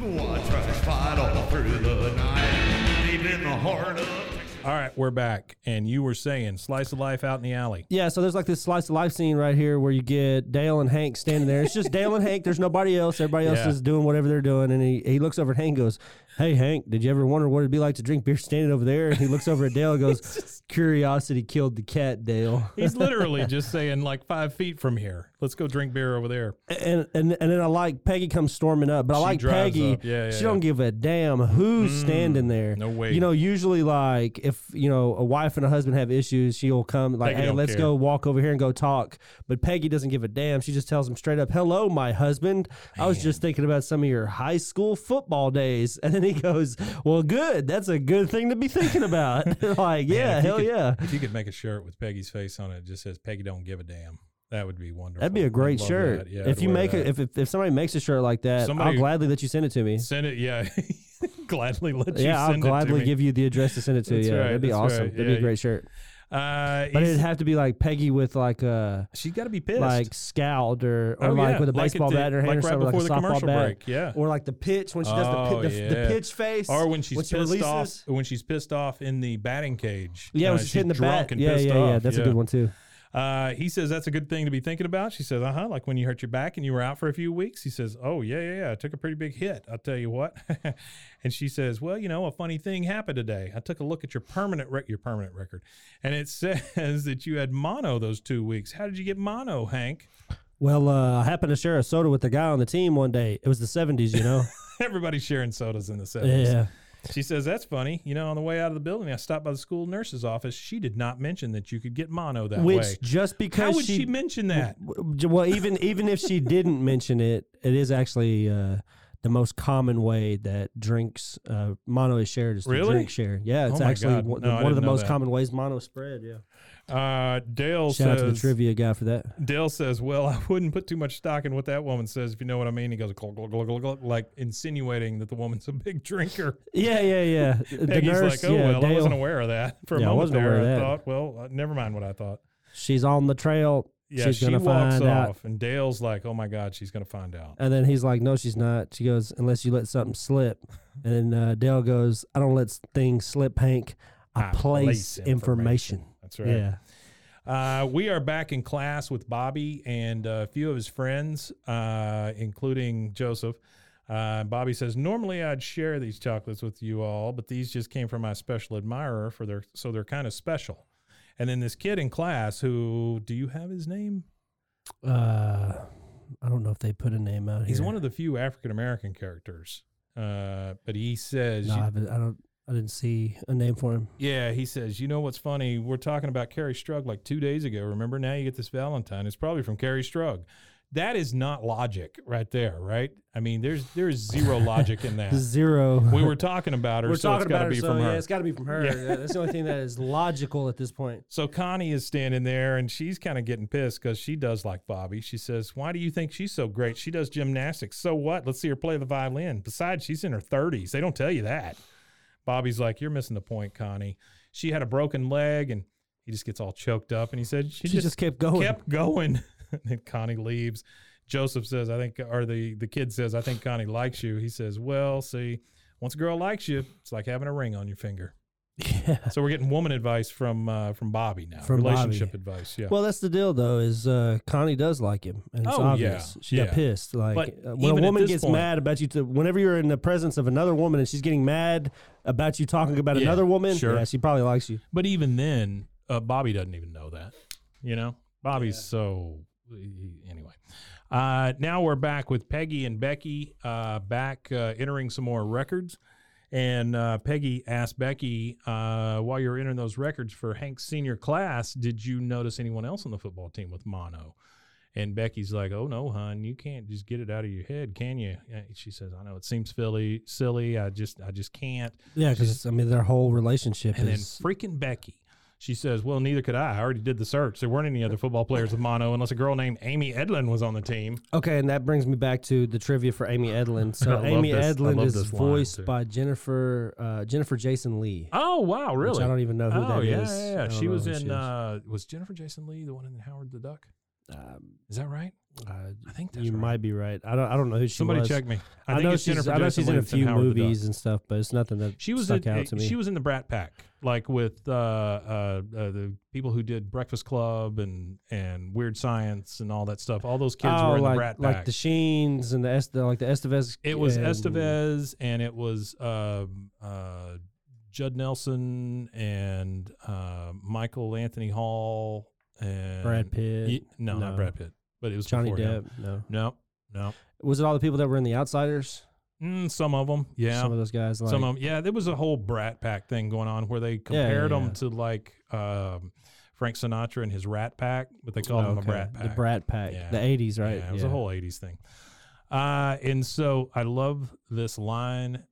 [SPEAKER 1] Watch us fight all through the night, deep in the heart of Texas.
[SPEAKER 2] All right, we're back. And you were saying slice of life out in the alley.
[SPEAKER 3] Yeah, so there's like this slice of life scene right here where you get Dale and Hank standing there. It's just Dale and Hank. There's nobody else. Everybody else
[SPEAKER 2] Yeah.
[SPEAKER 3] is doing whatever they're doing. And he, he looks over at Hank and goes, Hey, Hank, did you ever wonder what it'd be like to drink beer standing over there? And he looks over at Dale and goes, Curiosity killed the cat, Dale.
[SPEAKER 2] He's literally just saying like five feet from here. Let's go drink beer over there.
[SPEAKER 3] And and and then I like Peggy comes storming up, but I
[SPEAKER 2] She
[SPEAKER 3] like
[SPEAKER 2] drives
[SPEAKER 3] Peggy.
[SPEAKER 2] up. Yeah, yeah,
[SPEAKER 3] she
[SPEAKER 2] yeah.
[SPEAKER 3] don't give a damn who's standing there.
[SPEAKER 2] no way.
[SPEAKER 3] You know, usually like if you know a wife and a husband have issues, she'll come like,
[SPEAKER 2] Peggy
[SPEAKER 3] hey,
[SPEAKER 2] don't
[SPEAKER 3] let's
[SPEAKER 2] care.
[SPEAKER 3] go walk over here and go talk. But Peggy doesn't give a damn. She just tells him straight up, "Hello, my husband. I was just thinking about some of your high school football days." And then he goes, "Well, good. That's a good thing to be thinking about." like, yeah,
[SPEAKER 2] if you
[SPEAKER 3] hell
[SPEAKER 2] could-
[SPEAKER 3] yeah.
[SPEAKER 2] If you could make a shirt with Peggy's face on it, it just says Peggy don't give a damn. That would be wonderful.
[SPEAKER 3] That'd be a
[SPEAKER 2] I'd
[SPEAKER 3] great
[SPEAKER 2] love
[SPEAKER 3] shirt.
[SPEAKER 2] that. Yeah, Uh,
[SPEAKER 3] if
[SPEAKER 2] I'd
[SPEAKER 3] you
[SPEAKER 2] wear
[SPEAKER 3] make
[SPEAKER 2] that.
[SPEAKER 3] a, if, if if somebody makes a shirt like that,
[SPEAKER 2] Somebody-
[SPEAKER 3] I'll gladly let you send it to me.
[SPEAKER 2] send it, yeah, gladly let you.
[SPEAKER 3] yeah, I'll
[SPEAKER 2] send it
[SPEAKER 3] gladly
[SPEAKER 2] to
[SPEAKER 3] give you the address to send it to.
[SPEAKER 2] That's
[SPEAKER 3] yeah,
[SPEAKER 2] right,
[SPEAKER 3] that'd be
[SPEAKER 2] that's
[SPEAKER 3] awesome.
[SPEAKER 2] right,
[SPEAKER 3] That'd
[SPEAKER 2] yeah.
[SPEAKER 3] be a great shirt.
[SPEAKER 2] you. Uh,
[SPEAKER 3] But
[SPEAKER 2] he's-
[SPEAKER 3] it'd have to be like Peggy with like a
[SPEAKER 2] she's got to be pissed.
[SPEAKER 3] like scowled or, or
[SPEAKER 2] Oh,
[SPEAKER 3] like
[SPEAKER 2] yeah,
[SPEAKER 3] with a
[SPEAKER 2] like at
[SPEAKER 3] baseball
[SPEAKER 2] the-
[SPEAKER 3] bat in her hand
[SPEAKER 2] like
[SPEAKER 3] or
[SPEAKER 2] right
[SPEAKER 3] something
[SPEAKER 2] before the
[SPEAKER 3] like a softball
[SPEAKER 2] commercial
[SPEAKER 3] bat.
[SPEAKER 2] break, yeah.
[SPEAKER 3] Or like the pitch when she does
[SPEAKER 2] Oh,
[SPEAKER 3] the, pit, the,
[SPEAKER 2] yeah.
[SPEAKER 3] the pitch face.
[SPEAKER 2] or when she's
[SPEAKER 3] when she
[SPEAKER 2] pissed
[SPEAKER 3] releases.
[SPEAKER 2] off, when she's pissed off in the batting cage.
[SPEAKER 3] Yeah,
[SPEAKER 2] Uh,
[SPEAKER 3] when she's, hitting the
[SPEAKER 2] drunk
[SPEAKER 3] bat.
[SPEAKER 2] and
[SPEAKER 3] Yeah,
[SPEAKER 2] pissed
[SPEAKER 3] yeah,
[SPEAKER 2] off.
[SPEAKER 3] yeah. That's a good one too.
[SPEAKER 2] Uh, he says that's a good thing to be thinking about. She says, "Uh huh." Like when you hurt your back and you were out for a few weeks. He says, "Oh yeah, yeah, yeah. I took a pretty big hit. I'll tell you what." and she says, "Well, you know, a funny thing happened today. I took a look at your permanent rec- your permanent record, and it says that you had mono those two weeks. How did you get mono, Hank?
[SPEAKER 3] Well, uh, I happened to share a soda with the guy on the team one day. It was the seventies, you know.
[SPEAKER 2] Everybody's sharing sodas in the seventies.
[SPEAKER 3] yeah.
[SPEAKER 2] She says, That's funny. You know, on the way out of the building, I stopped by the school nurse's office. She did not mention that you could get mono that
[SPEAKER 3] Which
[SPEAKER 2] way.
[SPEAKER 3] just because
[SPEAKER 2] How would she, mention that?
[SPEAKER 3] W- Well, even even if she didn't mention it, it is actually uh, the most common way that drinks uh, mono is shared is through
[SPEAKER 2] Really? Oh
[SPEAKER 3] drink share. Yeah, it's
[SPEAKER 2] my
[SPEAKER 3] actually
[SPEAKER 2] God.
[SPEAKER 3] one,
[SPEAKER 2] No, I
[SPEAKER 3] one of the
[SPEAKER 2] didn't know
[SPEAKER 3] most
[SPEAKER 2] that.
[SPEAKER 3] common ways mono is spread. Yeah,
[SPEAKER 2] Uh, Dale
[SPEAKER 3] shout out
[SPEAKER 2] says,
[SPEAKER 3] to the trivia guy for that.
[SPEAKER 2] Dale says, "Well, I wouldn't put too much stock in what that woman says, if you know what I mean." He goes, glug, glug, glug, glug, glug, like insinuating that the woman's a big drinker.
[SPEAKER 3] Yeah, yeah, yeah. the
[SPEAKER 2] Peggy's
[SPEAKER 3] nurse,
[SPEAKER 2] like, "Oh
[SPEAKER 3] yeah,
[SPEAKER 2] well,
[SPEAKER 3] Dale,
[SPEAKER 2] I wasn't aware of that for a
[SPEAKER 3] Yeah, I
[SPEAKER 2] moment
[SPEAKER 3] wasn't
[SPEAKER 2] there.
[SPEAKER 3] aware of
[SPEAKER 2] I
[SPEAKER 3] that.
[SPEAKER 2] thought, well, uh, never mind what I thought."
[SPEAKER 3] she's on the trail.
[SPEAKER 2] yeah,
[SPEAKER 3] she's
[SPEAKER 2] she
[SPEAKER 3] gonna
[SPEAKER 2] walks
[SPEAKER 3] find out.
[SPEAKER 2] off, and Dale's like, "Oh my God, she's gonna find out."
[SPEAKER 3] And then he's like, "No, she's not." She goes, "Unless you let something slip." And then uh, Dale goes, "I don't let s- things slip, Hank. I,
[SPEAKER 2] I
[SPEAKER 3] place,
[SPEAKER 2] place
[SPEAKER 3] information."
[SPEAKER 2] That's right.
[SPEAKER 3] Yeah.
[SPEAKER 2] Uh, we are back in class with Bobby and uh, a few of his friends, uh, including Joseph. Uh, Bobby says, "Normally I'd share these chocolates with you all, but these just came from my special admirer for their, so they're kind of special." And then this kid in class, who do you have his name?
[SPEAKER 3] Uh, I don't know if they put a name out
[SPEAKER 2] He's
[SPEAKER 3] here.
[SPEAKER 2] one of the few African American characters, uh, but he says,
[SPEAKER 3] No, I, haven't- I don't. I didn't see a name for him.
[SPEAKER 2] Yeah, he says, you know what's funny? We're talking about Carrie Strug like two days ago. Remember, now you get this Valentine. It's probably from Carrie Strug. That is not logic right there, right? I mean, there's there is zero logic in that.
[SPEAKER 3] Zero.
[SPEAKER 2] We were talking about her, so it's got to be from her.
[SPEAKER 3] got to be from her. That's the only thing that is logical at this point.
[SPEAKER 2] so Connie is standing there and she's kind of getting pissed because she does like Bobby. She says, Why do you think she's so great? She does gymnastics. So what? Let's see her play the violin. Besides, she's in her 30s. They don't tell you that. Bobby's like, You're missing the point, Connie. She had a broken leg and he just gets all choked up and he said, She,
[SPEAKER 3] She
[SPEAKER 2] just,
[SPEAKER 3] just, kept going.
[SPEAKER 2] kept going. and then Connie leaves. Joseph says, I think, or the, the kid says, I think Connie likes you. He says, Well, see, once a girl likes you, it's like having a ring on your finger.
[SPEAKER 3] Yeah.
[SPEAKER 2] So we're getting woman advice from uh, from Bobby now.
[SPEAKER 3] From
[SPEAKER 2] Relationship
[SPEAKER 3] Bobby.
[SPEAKER 2] advice, yeah.
[SPEAKER 3] Well, that's the deal, though, is uh, Connie does like him, and it's
[SPEAKER 2] Oh, yeah,
[SPEAKER 3] obvious. She
[SPEAKER 2] yeah.
[SPEAKER 3] got pissed. Like
[SPEAKER 2] But
[SPEAKER 3] uh, when a
[SPEAKER 2] even at
[SPEAKER 3] woman
[SPEAKER 2] this
[SPEAKER 3] gets
[SPEAKER 2] point-
[SPEAKER 3] mad about you, to, whenever you're in the presence of another woman and she's getting mad about you talking about
[SPEAKER 2] Yeah,
[SPEAKER 3] another woman,
[SPEAKER 2] sure.
[SPEAKER 3] yeah, she probably likes you.
[SPEAKER 2] but even then, uh, Bobby doesn't even know that. You know, Bobby's so anyway. Uh, now we're back with Peggy and Becky uh, back uh, entering some more records. And uh, Peggy asked Becky, uh, while you were entering those records for Hank's senior class, did you notice anyone else on the football team with mono? And Becky's like, "Oh no, hon, you can't just get it out of your head, can you?" Uh, She says, "I know it seems silly, silly. I just, I just can't."
[SPEAKER 3] Yeah, because I mean, their whole relationship
[SPEAKER 2] And then
[SPEAKER 3] is.
[SPEAKER 2] freaking Becky, she says, "Well, neither could I. I already did the search. There weren't any other football players with mono, unless a girl named Amy Edlin was on the team."
[SPEAKER 3] okay, and that brings me back to the trivia for Amy Edlin. So
[SPEAKER 2] I love
[SPEAKER 3] Amy
[SPEAKER 2] this. I
[SPEAKER 3] Edlin
[SPEAKER 2] love
[SPEAKER 3] is
[SPEAKER 2] this line, too.
[SPEAKER 3] voiced by Jennifer uh, Jennifer Jason Lee.
[SPEAKER 2] Oh wow, really?
[SPEAKER 3] I don't even know who
[SPEAKER 2] oh,
[SPEAKER 3] that
[SPEAKER 2] yeah,
[SPEAKER 3] is.
[SPEAKER 2] yeah,
[SPEAKER 3] I
[SPEAKER 2] yeah.
[SPEAKER 3] don't
[SPEAKER 2] She
[SPEAKER 3] know
[SPEAKER 2] was
[SPEAKER 3] who
[SPEAKER 2] in.
[SPEAKER 3] she is.
[SPEAKER 2] uh, was Jennifer Jason Lee the one in Howard the Duck?
[SPEAKER 3] Um,
[SPEAKER 2] Is that right?
[SPEAKER 3] uh,
[SPEAKER 2] I think that's
[SPEAKER 3] you
[SPEAKER 2] right.
[SPEAKER 3] might be right. I don't. I don't know who she
[SPEAKER 2] Somebody
[SPEAKER 3] was.
[SPEAKER 2] check me.
[SPEAKER 3] I, know
[SPEAKER 2] it's
[SPEAKER 3] she's. I know
[SPEAKER 2] Jason
[SPEAKER 3] she's in
[SPEAKER 2] Lee
[SPEAKER 3] a
[SPEAKER 2] that's in
[SPEAKER 3] few
[SPEAKER 2] Howard the Duck.
[SPEAKER 3] movies and stuff, but it's nothing that
[SPEAKER 2] She was
[SPEAKER 3] stuck
[SPEAKER 2] in, uh,
[SPEAKER 3] out to me.
[SPEAKER 2] she was in the Brat Pack, like with uh, uh, uh, the people who did Breakfast Club and and Weird Science and all that stuff. All those kids
[SPEAKER 3] Oh,
[SPEAKER 2] were in
[SPEAKER 3] like,
[SPEAKER 2] the Brat Pack.
[SPEAKER 3] like the Sheens and the, Est- like the Estevez.
[SPEAKER 2] It was
[SPEAKER 3] and-
[SPEAKER 2] Estevez and it was um, uh, Judd Nelson and uh, Michael Anthony Hall and
[SPEAKER 3] Brad Pitt.
[SPEAKER 2] Ye- no, not
[SPEAKER 3] No.
[SPEAKER 2] Brad Pitt, but it was
[SPEAKER 3] Johnny
[SPEAKER 2] before him.
[SPEAKER 3] Depp. No,
[SPEAKER 2] No, no,
[SPEAKER 3] was it all the people that were in The Outsiders?
[SPEAKER 2] mm, some of them, yeah,
[SPEAKER 3] some of those guys. Like,
[SPEAKER 2] some of them, yeah. There was a whole Brat Pack thing going on where they
[SPEAKER 3] yeah,
[SPEAKER 2] compared them
[SPEAKER 3] yeah.
[SPEAKER 2] to like um, Frank Sinatra and his Rat Pack, but they called
[SPEAKER 3] Oh,
[SPEAKER 2] them
[SPEAKER 3] okay.
[SPEAKER 2] a Brat Pack.
[SPEAKER 3] The Brat Pack.
[SPEAKER 2] Yeah.
[SPEAKER 3] The '80s, right?
[SPEAKER 2] Yeah, it was a whole 80s thing. Uh, and so I love this line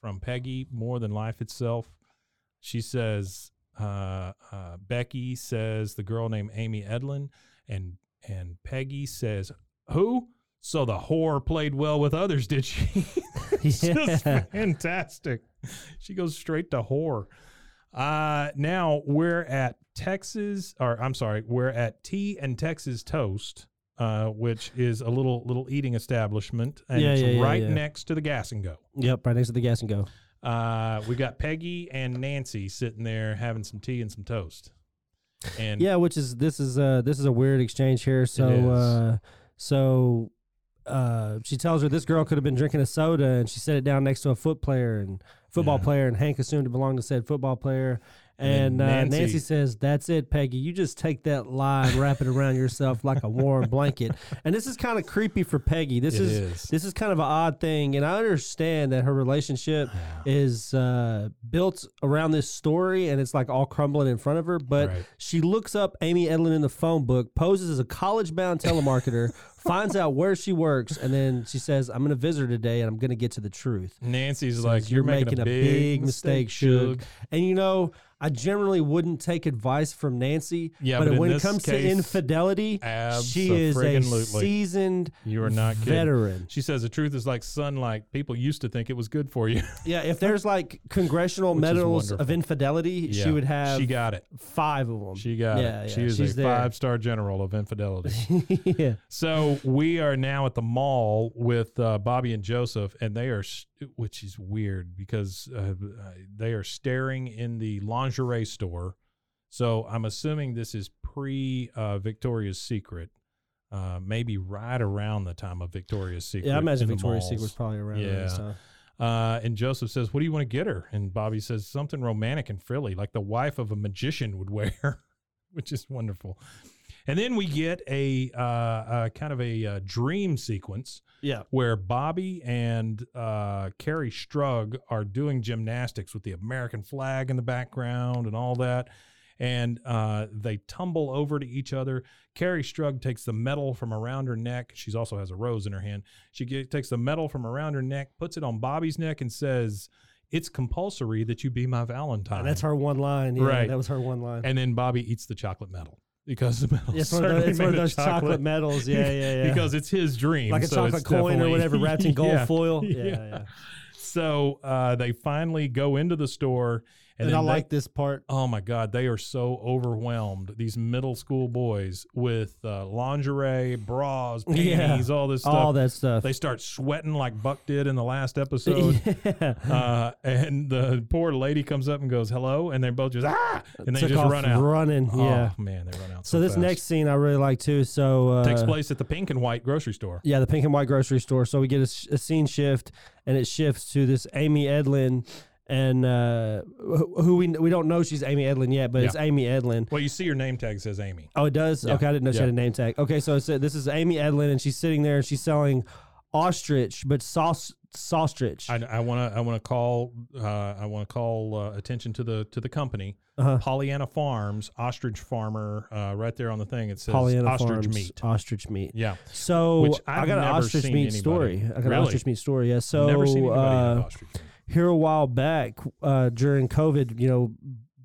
[SPEAKER 2] from Peggy more than life itself. She says, uh, uh, Becky says, the girl named Amy Edlin, and and Peggy says, Who? So the whore played well with others, did she? It's just
[SPEAKER 3] Yeah.
[SPEAKER 2] fantastic. She goes straight to whore. Uh, now we're at Texas, or I'm sorry, we're at Tea and Texas Toast, uh, which is a little little eating establishment, and
[SPEAKER 3] Yeah,
[SPEAKER 2] it's
[SPEAKER 3] yeah, yeah,
[SPEAKER 2] right
[SPEAKER 3] yeah.
[SPEAKER 2] next to the Gas and Go.
[SPEAKER 3] Yep, right next to the gas and go.
[SPEAKER 2] Uh, we got Peggy and Nancy sitting there having some tea and some toast, and
[SPEAKER 3] Yeah, which is this is uh this is a weird exchange here. So
[SPEAKER 2] is.
[SPEAKER 3] uh so uh she tells her this girl could have been drinking a soda and she set it down next to a foot player and football
[SPEAKER 2] Yeah.
[SPEAKER 3] player and Hank assumed it belonged to said football player.
[SPEAKER 2] And
[SPEAKER 3] And,
[SPEAKER 2] then
[SPEAKER 3] uh, Nancy
[SPEAKER 2] Nancy-
[SPEAKER 3] says, "That's it, Peggy. You just take that lie and wrap it around yourself like a warm blanket." And this is kind of creepy for Peggy. This
[SPEAKER 2] It
[SPEAKER 3] is
[SPEAKER 2] is.
[SPEAKER 3] this is kind of an odd thing, and I understand that her relationship is uh, built around this story, and it's like all crumbling in front of her. But
[SPEAKER 2] Right.
[SPEAKER 3] she looks up Amy Edlin in the phone book, poses as a college-bound telemarketer, finds out where she works, and then she says, "I'm going to visit her today, and I'm going to get to the truth."
[SPEAKER 2] Nancy's
[SPEAKER 3] Says,
[SPEAKER 2] like, "You're, making, a big, mistake, Suge."
[SPEAKER 3] And you know, I generally wouldn't take advice from Nancy.
[SPEAKER 2] Yeah,
[SPEAKER 3] but,
[SPEAKER 2] but in
[SPEAKER 3] when it
[SPEAKER 2] this
[SPEAKER 3] comes to
[SPEAKER 2] case,
[SPEAKER 3] infidelity, she is a
[SPEAKER 2] abso-friggin-lutely.
[SPEAKER 3] seasoned
[SPEAKER 2] You are not kidding.
[SPEAKER 3] veteran.
[SPEAKER 2] She says the truth is like sunlight. People used to think it was good for you.
[SPEAKER 3] Yeah, if there's like congressional
[SPEAKER 2] Which is
[SPEAKER 3] medals of
[SPEAKER 2] wonderful.
[SPEAKER 3] infidelity,
[SPEAKER 2] Yeah.
[SPEAKER 3] she would have
[SPEAKER 2] She got it.
[SPEAKER 3] five of them.
[SPEAKER 2] She got
[SPEAKER 3] Yeah,
[SPEAKER 2] it.
[SPEAKER 3] yeah,
[SPEAKER 2] she is a
[SPEAKER 3] she's there.
[SPEAKER 2] five star general of infidelity.
[SPEAKER 3] yeah.
[SPEAKER 2] So we are now at the mall with uh, Bobby and Joseph, and they are, s- which is weird because uh, they are staring in the lingerie store. So I'm assuming this is pre uh, Victoria's Secret, uh, maybe right around the time of Victoria's Secret.
[SPEAKER 3] Yeah, I imagine
[SPEAKER 2] in the
[SPEAKER 3] Victoria's
[SPEAKER 2] malls.
[SPEAKER 3] Secret's probably around around this
[SPEAKER 2] Yeah.
[SPEAKER 3] time.
[SPEAKER 2] Uh, and Joseph says, "What do you want to get her?" And Bobby says, "Something romantic and frilly, like the wife of a magician would wear," which is wonderful. And then we get a, uh, uh kind of a uh, dream sequence
[SPEAKER 3] Yeah.
[SPEAKER 2] where Bobby and uh, Carrie Strug are doing gymnastics with the American flag in the background and all that. And uh, they tumble over to each other. Carrie Strug takes the medal from around her neck. She also has a rose in her hand. She get, takes the medal from around her neck, puts it on Bobby's neck, and says, It's compulsory that you be my Valentine.
[SPEAKER 3] And that's her one line. Yeah,
[SPEAKER 2] Right.
[SPEAKER 3] That was her one line.
[SPEAKER 2] And then Bobby eats the chocolate medal because the medal
[SPEAKER 3] it's one of,
[SPEAKER 2] certainly
[SPEAKER 3] those, it's one of
[SPEAKER 2] made of
[SPEAKER 3] those chocolate. medals. Yeah, yeah, yeah.
[SPEAKER 2] because it's his dream.
[SPEAKER 3] like a
[SPEAKER 2] so
[SPEAKER 3] chocolate
[SPEAKER 2] it's
[SPEAKER 3] coin or
[SPEAKER 2] definitely-
[SPEAKER 3] whatever wrapped in gold
[SPEAKER 2] Yeah.
[SPEAKER 3] foil. Yeah,
[SPEAKER 2] Yeah.
[SPEAKER 3] yeah.
[SPEAKER 2] So uh, they finally go into the store, and,
[SPEAKER 3] And,
[SPEAKER 2] then
[SPEAKER 3] I
[SPEAKER 2] they-
[SPEAKER 3] like this part.
[SPEAKER 2] Oh my God, they are so overwhelmed. These middle school boys with uh, lingerie, bras,
[SPEAKER 3] Yeah.
[SPEAKER 2] panties, all this stuff.
[SPEAKER 3] All that stuff.
[SPEAKER 2] They start sweating like Buck did in the last episode.
[SPEAKER 3] yeah.
[SPEAKER 2] Uh, and the poor lady comes up and goes, hello. And they're both just, ah, and they
[SPEAKER 3] Took
[SPEAKER 2] just
[SPEAKER 3] off
[SPEAKER 2] run out.
[SPEAKER 3] Running. yeah.
[SPEAKER 2] Oh, man, they run out.
[SPEAKER 3] So,
[SPEAKER 2] So,
[SPEAKER 3] this
[SPEAKER 2] fast.
[SPEAKER 3] next scene I really like too. So uh,
[SPEAKER 2] takes place at the pink and white grocery store.
[SPEAKER 3] Yeah, the pink and white grocery store. So we get a, sh- a scene shift, and it shifts to this Amy Edlin, and uh, who, who we we don't know she's Amy Edlin yet, but it's
[SPEAKER 2] Yeah.
[SPEAKER 3] Amy Edlin.
[SPEAKER 2] Well, you see your name tag says Amy.
[SPEAKER 3] Oh, it does.
[SPEAKER 2] Yeah.
[SPEAKER 3] Okay, I didn't know she
[SPEAKER 2] Yeah.
[SPEAKER 3] had a name tag. Okay, so it said this is Amy Edlin, and she's sitting there, and she's selling ostrich, but sauce sausage.
[SPEAKER 2] I, I want to I want to call uh, I want to call uh, attention to the to the company
[SPEAKER 3] Uh-huh.
[SPEAKER 2] Pollyanna Farms ostrich farmer uh, right there on the thing it says
[SPEAKER 3] Pollyanna
[SPEAKER 2] ostrich
[SPEAKER 3] Farms
[SPEAKER 2] meat
[SPEAKER 3] Ostrich meat.
[SPEAKER 2] yeah
[SPEAKER 3] So
[SPEAKER 2] Which
[SPEAKER 3] I
[SPEAKER 2] I've
[SPEAKER 3] got an
[SPEAKER 2] never
[SPEAKER 3] ostrich meat
[SPEAKER 2] seen anybody-
[SPEAKER 3] story. I got an
[SPEAKER 2] Really?
[SPEAKER 3] ostrich meat story. Yeah. So
[SPEAKER 2] never seen anybody
[SPEAKER 3] uh,
[SPEAKER 2] have ostrich meat.
[SPEAKER 3] here a while back uh, during COVID, you know,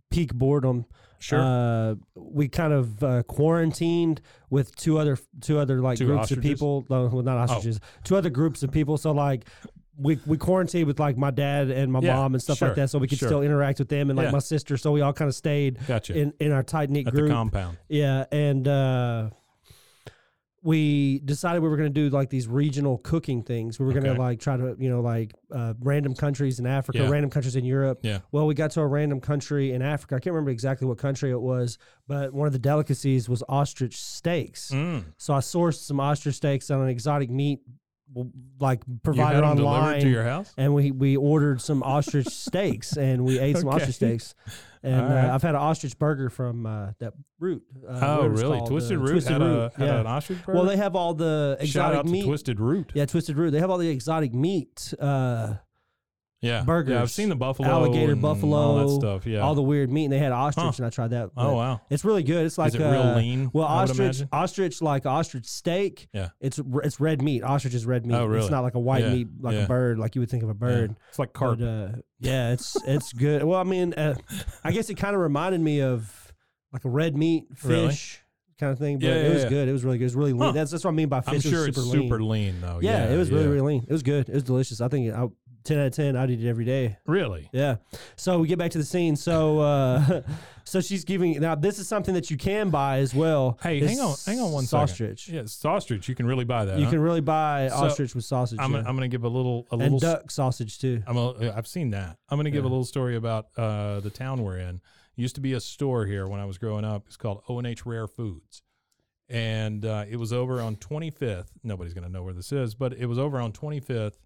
[SPEAKER 3] peak boredom.
[SPEAKER 2] sure
[SPEAKER 3] Uh, we kind of uh, quarantined with two other two other like
[SPEAKER 2] Two
[SPEAKER 3] groups of
[SPEAKER 2] ostriches? Oh.
[SPEAKER 3] people. No, well, not ostriches. Two other groups of people. So like. We, we quarantined with like my dad and my
[SPEAKER 2] Yeah,
[SPEAKER 3] mom and stuff
[SPEAKER 2] sure,
[SPEAKER 3] like that, so we could
[SPEAKER 2] sure.
[SPEAKER 3] still interact with them and like
[SPEAKER 2] Yeah.
[SPEAKER 3] my sister. So we all kind of stayed
[SPEAKER 2] Gotcha.
[SPEAKER 3] in in our tight knit
[SPEAKER 2] at
[SPEAKER 3] group.
[SPEAKER 2] the compound
[SPEAKER 3] Yeah, and uh, we decided we were going to do like these regional cooking things. We were going
[SPEAKER 2] Okay.
[SPEAKER 3] to like try to you know like uh, random countries in Africa,
[SPEAKER 2] Yeah.
[SPEAKER 3] random countries in Europe.
[SPEAKER 2] yeah
[SPEAKER 3] Well, we got to a random country in Africa. I can't remember exactly what country it was, but one of the delicacies was ostrich steaks.
[SPEAKER 2] mm.
[SPEAKER 3] So I sourced some ostrich steaks on an exotic meat w- like
[SPEAKER 2] you had
[SPEAKER 3] provider
[SPEAKER 2] them
[SPEAKER 3] online
[SPEAKER 2] delivered to your house
[SPEAKER 3] and we we ordered some ostrich steaks and we ate some
[SPEAKER 2] Okay.
[SPEAKER 3] ostrich steaks and
[SPEAKER 2] All right.
[SPEAKER 3] uh, i've had an ostrich burger from uh, that root uh,
[SPEAKER 2] oh
[SPEAKER 3] whatever it's
[SPEAKER 2] really
[SPEAKER 3] called,
[SPEAKER 2] Twisted
[SPEAKER 3] uh,
[SPEAKER 2] Root had, a, had
[SPEAKER 3] yeah.
[SPEAKER 2] an ostrich burger?
[SPEAKER 3] well they have all the
[SPEAKER 2] shout
[SPEAKER 3] exotic
[SPEAKER 2] out
[SPEAKER 3] meat
[SPEAKER 2] to Twisted Root
[SPEAKER 3] yeah twisted root they have all the exotic meat uh,
[SPEAKER 2] yeah yeah I've
[SPEAKER 3] burgers,
[SPEAKER 2] seen the buffalo
[SPEAKER 3] alligator
[SPEAKER 2] and
[SPEAKER 3] buffalo
[SPEAKER 2] all that stuff yeah
[SPEAKER 3] all the weird meat and they had ostrich
[SPEAKER 2] Huh.
[SPEAKER 3] and i tried that but
[SPEAKER 2] oh wow
[SPEAKER 3] it's really good it's like
[SPEAKER 2] it real
[SPEAKER 3] uh,
[SPEAKER 2] lean,
[SPEAKER 3] well
[SPEAKER 2] I would
[SPEAKER 3] ostrich
[SPEAKER 2] imagine?
[SPEAKER 3] ostrich like ostrich steak
[SPEAKER 2] Yeah.
[SPEAKER 3] it's r- it's red meat ostrich is red meat
[SPEAKER 2] Oh, really?
[SPEAKER 3] it's not like a white
[SPEAKER 2] Yeah,
[SPEAKER 3] meat like
[SPEAKER 2] yeah.
[SPEAKER 3] a bird like you would think of a
[SPEAKER 2] Yeah.
[SPEAKER 3] bird
[SPEAKER 2] it's like carp
[SPEAKER 3] but, uh, yeah, it's it's good. Well, I mean, uh, I guess it kind of reminded me of like a red meat
[SPEAKER 2] Really?
[SPEAKER 3] fish kind of thing. But
[SPEAKER 2] Yeah, yeah,
[SPEAKER 3] it was
[SPEAKER 2] yeah.
[SPEAKER 3] good. It was really good. It was really lean.
[SPEAKER 2] Huh.
[SPEAKER 3] That's that's what I mean by fish.
[SPEAKER 2] I'm
[SPEAKER 3] It was
[SPEAKER 2] sure
[SPEAKER 3] super
[SPEAKER 2] it's
[SPEAKER 3] lean.
[SPEAKER 2] super lean though
[SPEAKER 3] Yeah, it was really
[SPEAKER 2] yeah.
[SPEAKER 3] really lean. It was good. It was delicious. I think I, ten out of ten. I'd eat it every day.
[SPEAKER 2] really
[SPEAKER 3] Yeah. So we get back to the scene. So uh, so she's giving now. This is something that you can buy as well.
[SPEAKER 2] Hey,
[SPEAKER 3] It's
[SPEAKER 2] hang on, hang on one second.
[SPEAKER 3] sausage.
[SPEAKER 2] Yeah, sausage. You can really buy that.
[SPEAKER 3] You
[SPEAKER 2] huh?
[SPEAKER 3] can really buy
[SPEAKER 2] So,
[SPEAKER 3] ostrich with sausage.
[SPEAKER 2] I'm
[SPEAKER 3] yeah.
[SPEAKER 2] gonna, I'm gonna give a little a little.
[SPEAKER 3] and
[SPEAKER 2] s-
[SPEAKER 3] duck sausage too.
[SPEAKER 2] I'm a, uh, I've seen that. I'm gonna give a little story about uh, the town we're in. Used to be a store here when I was growing up. It's called O and H Rare Foods, and uh, it was over on 25th. Nobody's gonna know where this is, but it was over on 25th.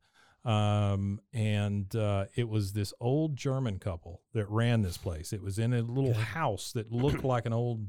[SPEAKER 2] Um, and uh, it was this old German couple that ran this place. It was in a little house that looked like an old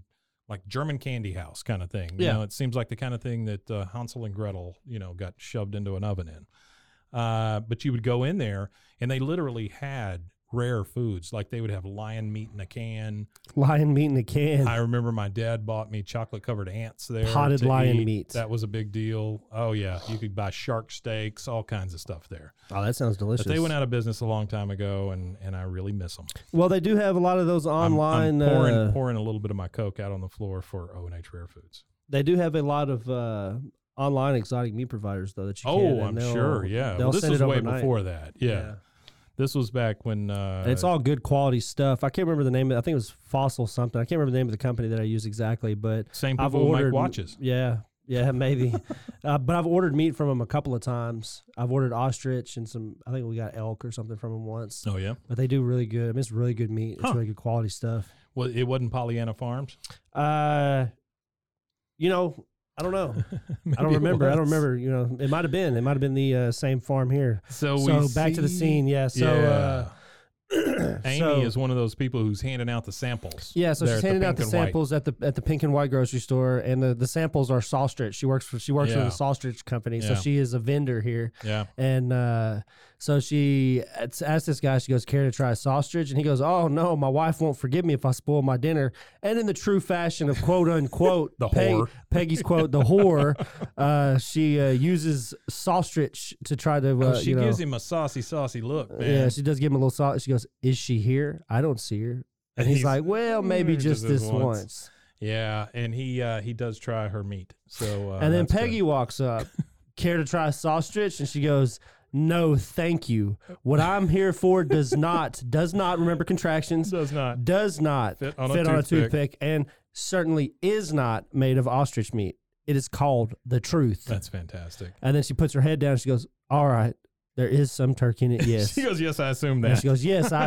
[SPEAKER 2] like German candy house kind of thing. You
[SPEAKER 3] Yeah.
[SPEAKER 2] know, it seems like the kind of thing that uh, Hansel and Gretel, you know, got shoved into an oven in. Uh, but you would go in there and they literally had rare foods. Like they would have lion meat in a can.
[SPEAKER 3] Lion meat in a can.
[SPEAKER 2] I remember my dad bought me chocolate covered ants there.
[SPEAKER 3] Potted
[SPEAKER 2] to
[SPEAKER 3] lion
[SPEAKER 2] eat.
[SPEAKER 3] meat.
[SPEAKER 2] That was a big deal. Oh yeah, you could buy shark steaks, all kinds of stuff there.
[SPEAKER 3] oh, that sounds delicious.
[SPEAKER 2] But they went out of business a long time ago, and and I really miss them.
[SPEAKER 3] Well, they do have a lot of those online.
[SPEAKER 2] pouring,
[SPEAKER 3] uh,
[SPEAKER 2] pouring a little bit of my coke out on the floor for O and H Rare Foods.
[SPEAKER 3] they do have a lot of uh, online exotic meat providers though that you can.
[SPEAKER 2] Oh,
[SPEAKER 3] and
[SPEAKER 2] I'm
[SPEAKER 3] they'll-
[SPEAKER 2] sure. Yeah.
[SPEAKER 3] they'll
[SPEAKER 2] Well, this
[SPEAKER 3] send
[SPEAKER 2] was
[SPEAKER 3] it
[SPEAKER 2] way
[SPEAKER 3] overnight.
[SPEAKER 2] before that. Yeah. This was back when uh,
[SPEAKER 3] And it's all good quality stuff. I can't remember the name. of it. I think it was Fossil something. I can't remember the name of the company that I use exactly, but
[SPEAKER 2] same
[SPEAKER 3] I've
[SPEAKER 2] people who
[SPEAKER 3] ordered-
[SPEAKER 2] make watches.
[SPEAKER 3] Yeah, yeah, maybe. uh, but I've ordered meat from them a couple of times. I've ordered ostrich and some. I think we got elk or something from them once.
[SPEAKER 2] Oh yeah.
[SPEAKER 3] But they do really good. I mean, it's really good meat. It's
[SPEAKER 2] Huh.
[SPEAKER 3] really good quality stuff.
[SPEAKER 2] Well, it wasn't Pollyanna Farms.
[SPEAKER 3] Uh, you know, I don't know. I
[SPEAKER 2] Maybe
[SPEAKER 3] don't
[SPEAKER 2] it
[SPEAKER 3] remember. I don't
[SPEAKER 2] was.
[SPEAKER 3] remember. You know, it might have been. It might have been the uh, same farm here.
[SPEAKER 2] So,
[SPEAKER 3] So
[SPEAKER 2] we
[SPEAKER 3] back to the
[SPEAKER 2] see-
[SPEAKER 3] scene. Yeah. So. Uh,
[SPEAKER 2] Yeah. Amy
[SPEAKER 3] so-
[SPEAKER 2] is one of those people who's handing out the samples.
[SPEAKER 3] Yeah, so
[SPEAKER 2] there
[SPEAKER 3] she's
[SPEAKER 2] at
[SPEAKER 3] handing
[SPEAKER 2] Pink
[SPEAKER 3] out the
[SPEAKER 2] and White.
[SPEAKER 3] samples at the at the pink and white grocery store, and the, the samples are Sawstritch. She works for she works for
[SPEAKER 2] Yeah.
[SPEAKER 3] the Sawstritch company, so
[SPEAKER 2] Yeah.
[SPEAKER 3] she is a vendor here.
[SPEAKER 2] Yeah.
[SPEAKER 3] And uh, so she it's- asked this guy, she goes, Care to try a sausage? And he goes, Oh no, my wife won't forgive me if I spoil my dinner. And in the true fashion of quote unquote,
[SPEAKER 2] The
[SPEAKER 3] Peg-
[SPEAKER 2] whore.
[SPEAKER 3] Peggy's quote, the whore, uh, she uh, uses sausage to try to, uh,
[SPEAKER 2] Oh, she
[SPEAKER 3] you know,
[SPEAKER 2] gives him a saucy, saucy look, man.
[SPEAKER 3] yeah, she does give him a little sausage. She goes, Is she here? I don't see her. And he's,
[SPEAKER 2] He's-
[SPEAKER 3] like, Well, maybe
[SPEAKER 2] "Mm,
[SPEAKER 3] just this once.
[SPEAKER 2] Yeah, and he uh, he does try her meat. So uh,
[SPEAKER 3] and then
[SPEAKER 2] that's good.
[SPEAKER 3] Peggy walks up, care to try sausage, and she goes, "No, thank you. What I'm here for does not does not remember contractions,
[SPEAKER 2] does not.
[SPEAKER 3] does not
[SPEAKER 2] Fit on a
[SPEAKER 3] toothpick.
[SPEAKER 2] toothpick.
[SPEAKER 3] and certainly is not made of ostrich meat. It is called the truth."
[SPEAKER 2] That's fantastic.
[SPEAKER 3] and then she puts her head down. And she goes, "All right, there is some turkey in it. Yes."
[SPEAKER 2] She goes, yes, I assume
[SPEAKER 3] and
[SPEAKER 2] that
[SPEAKER 3] she goes, "Yes, I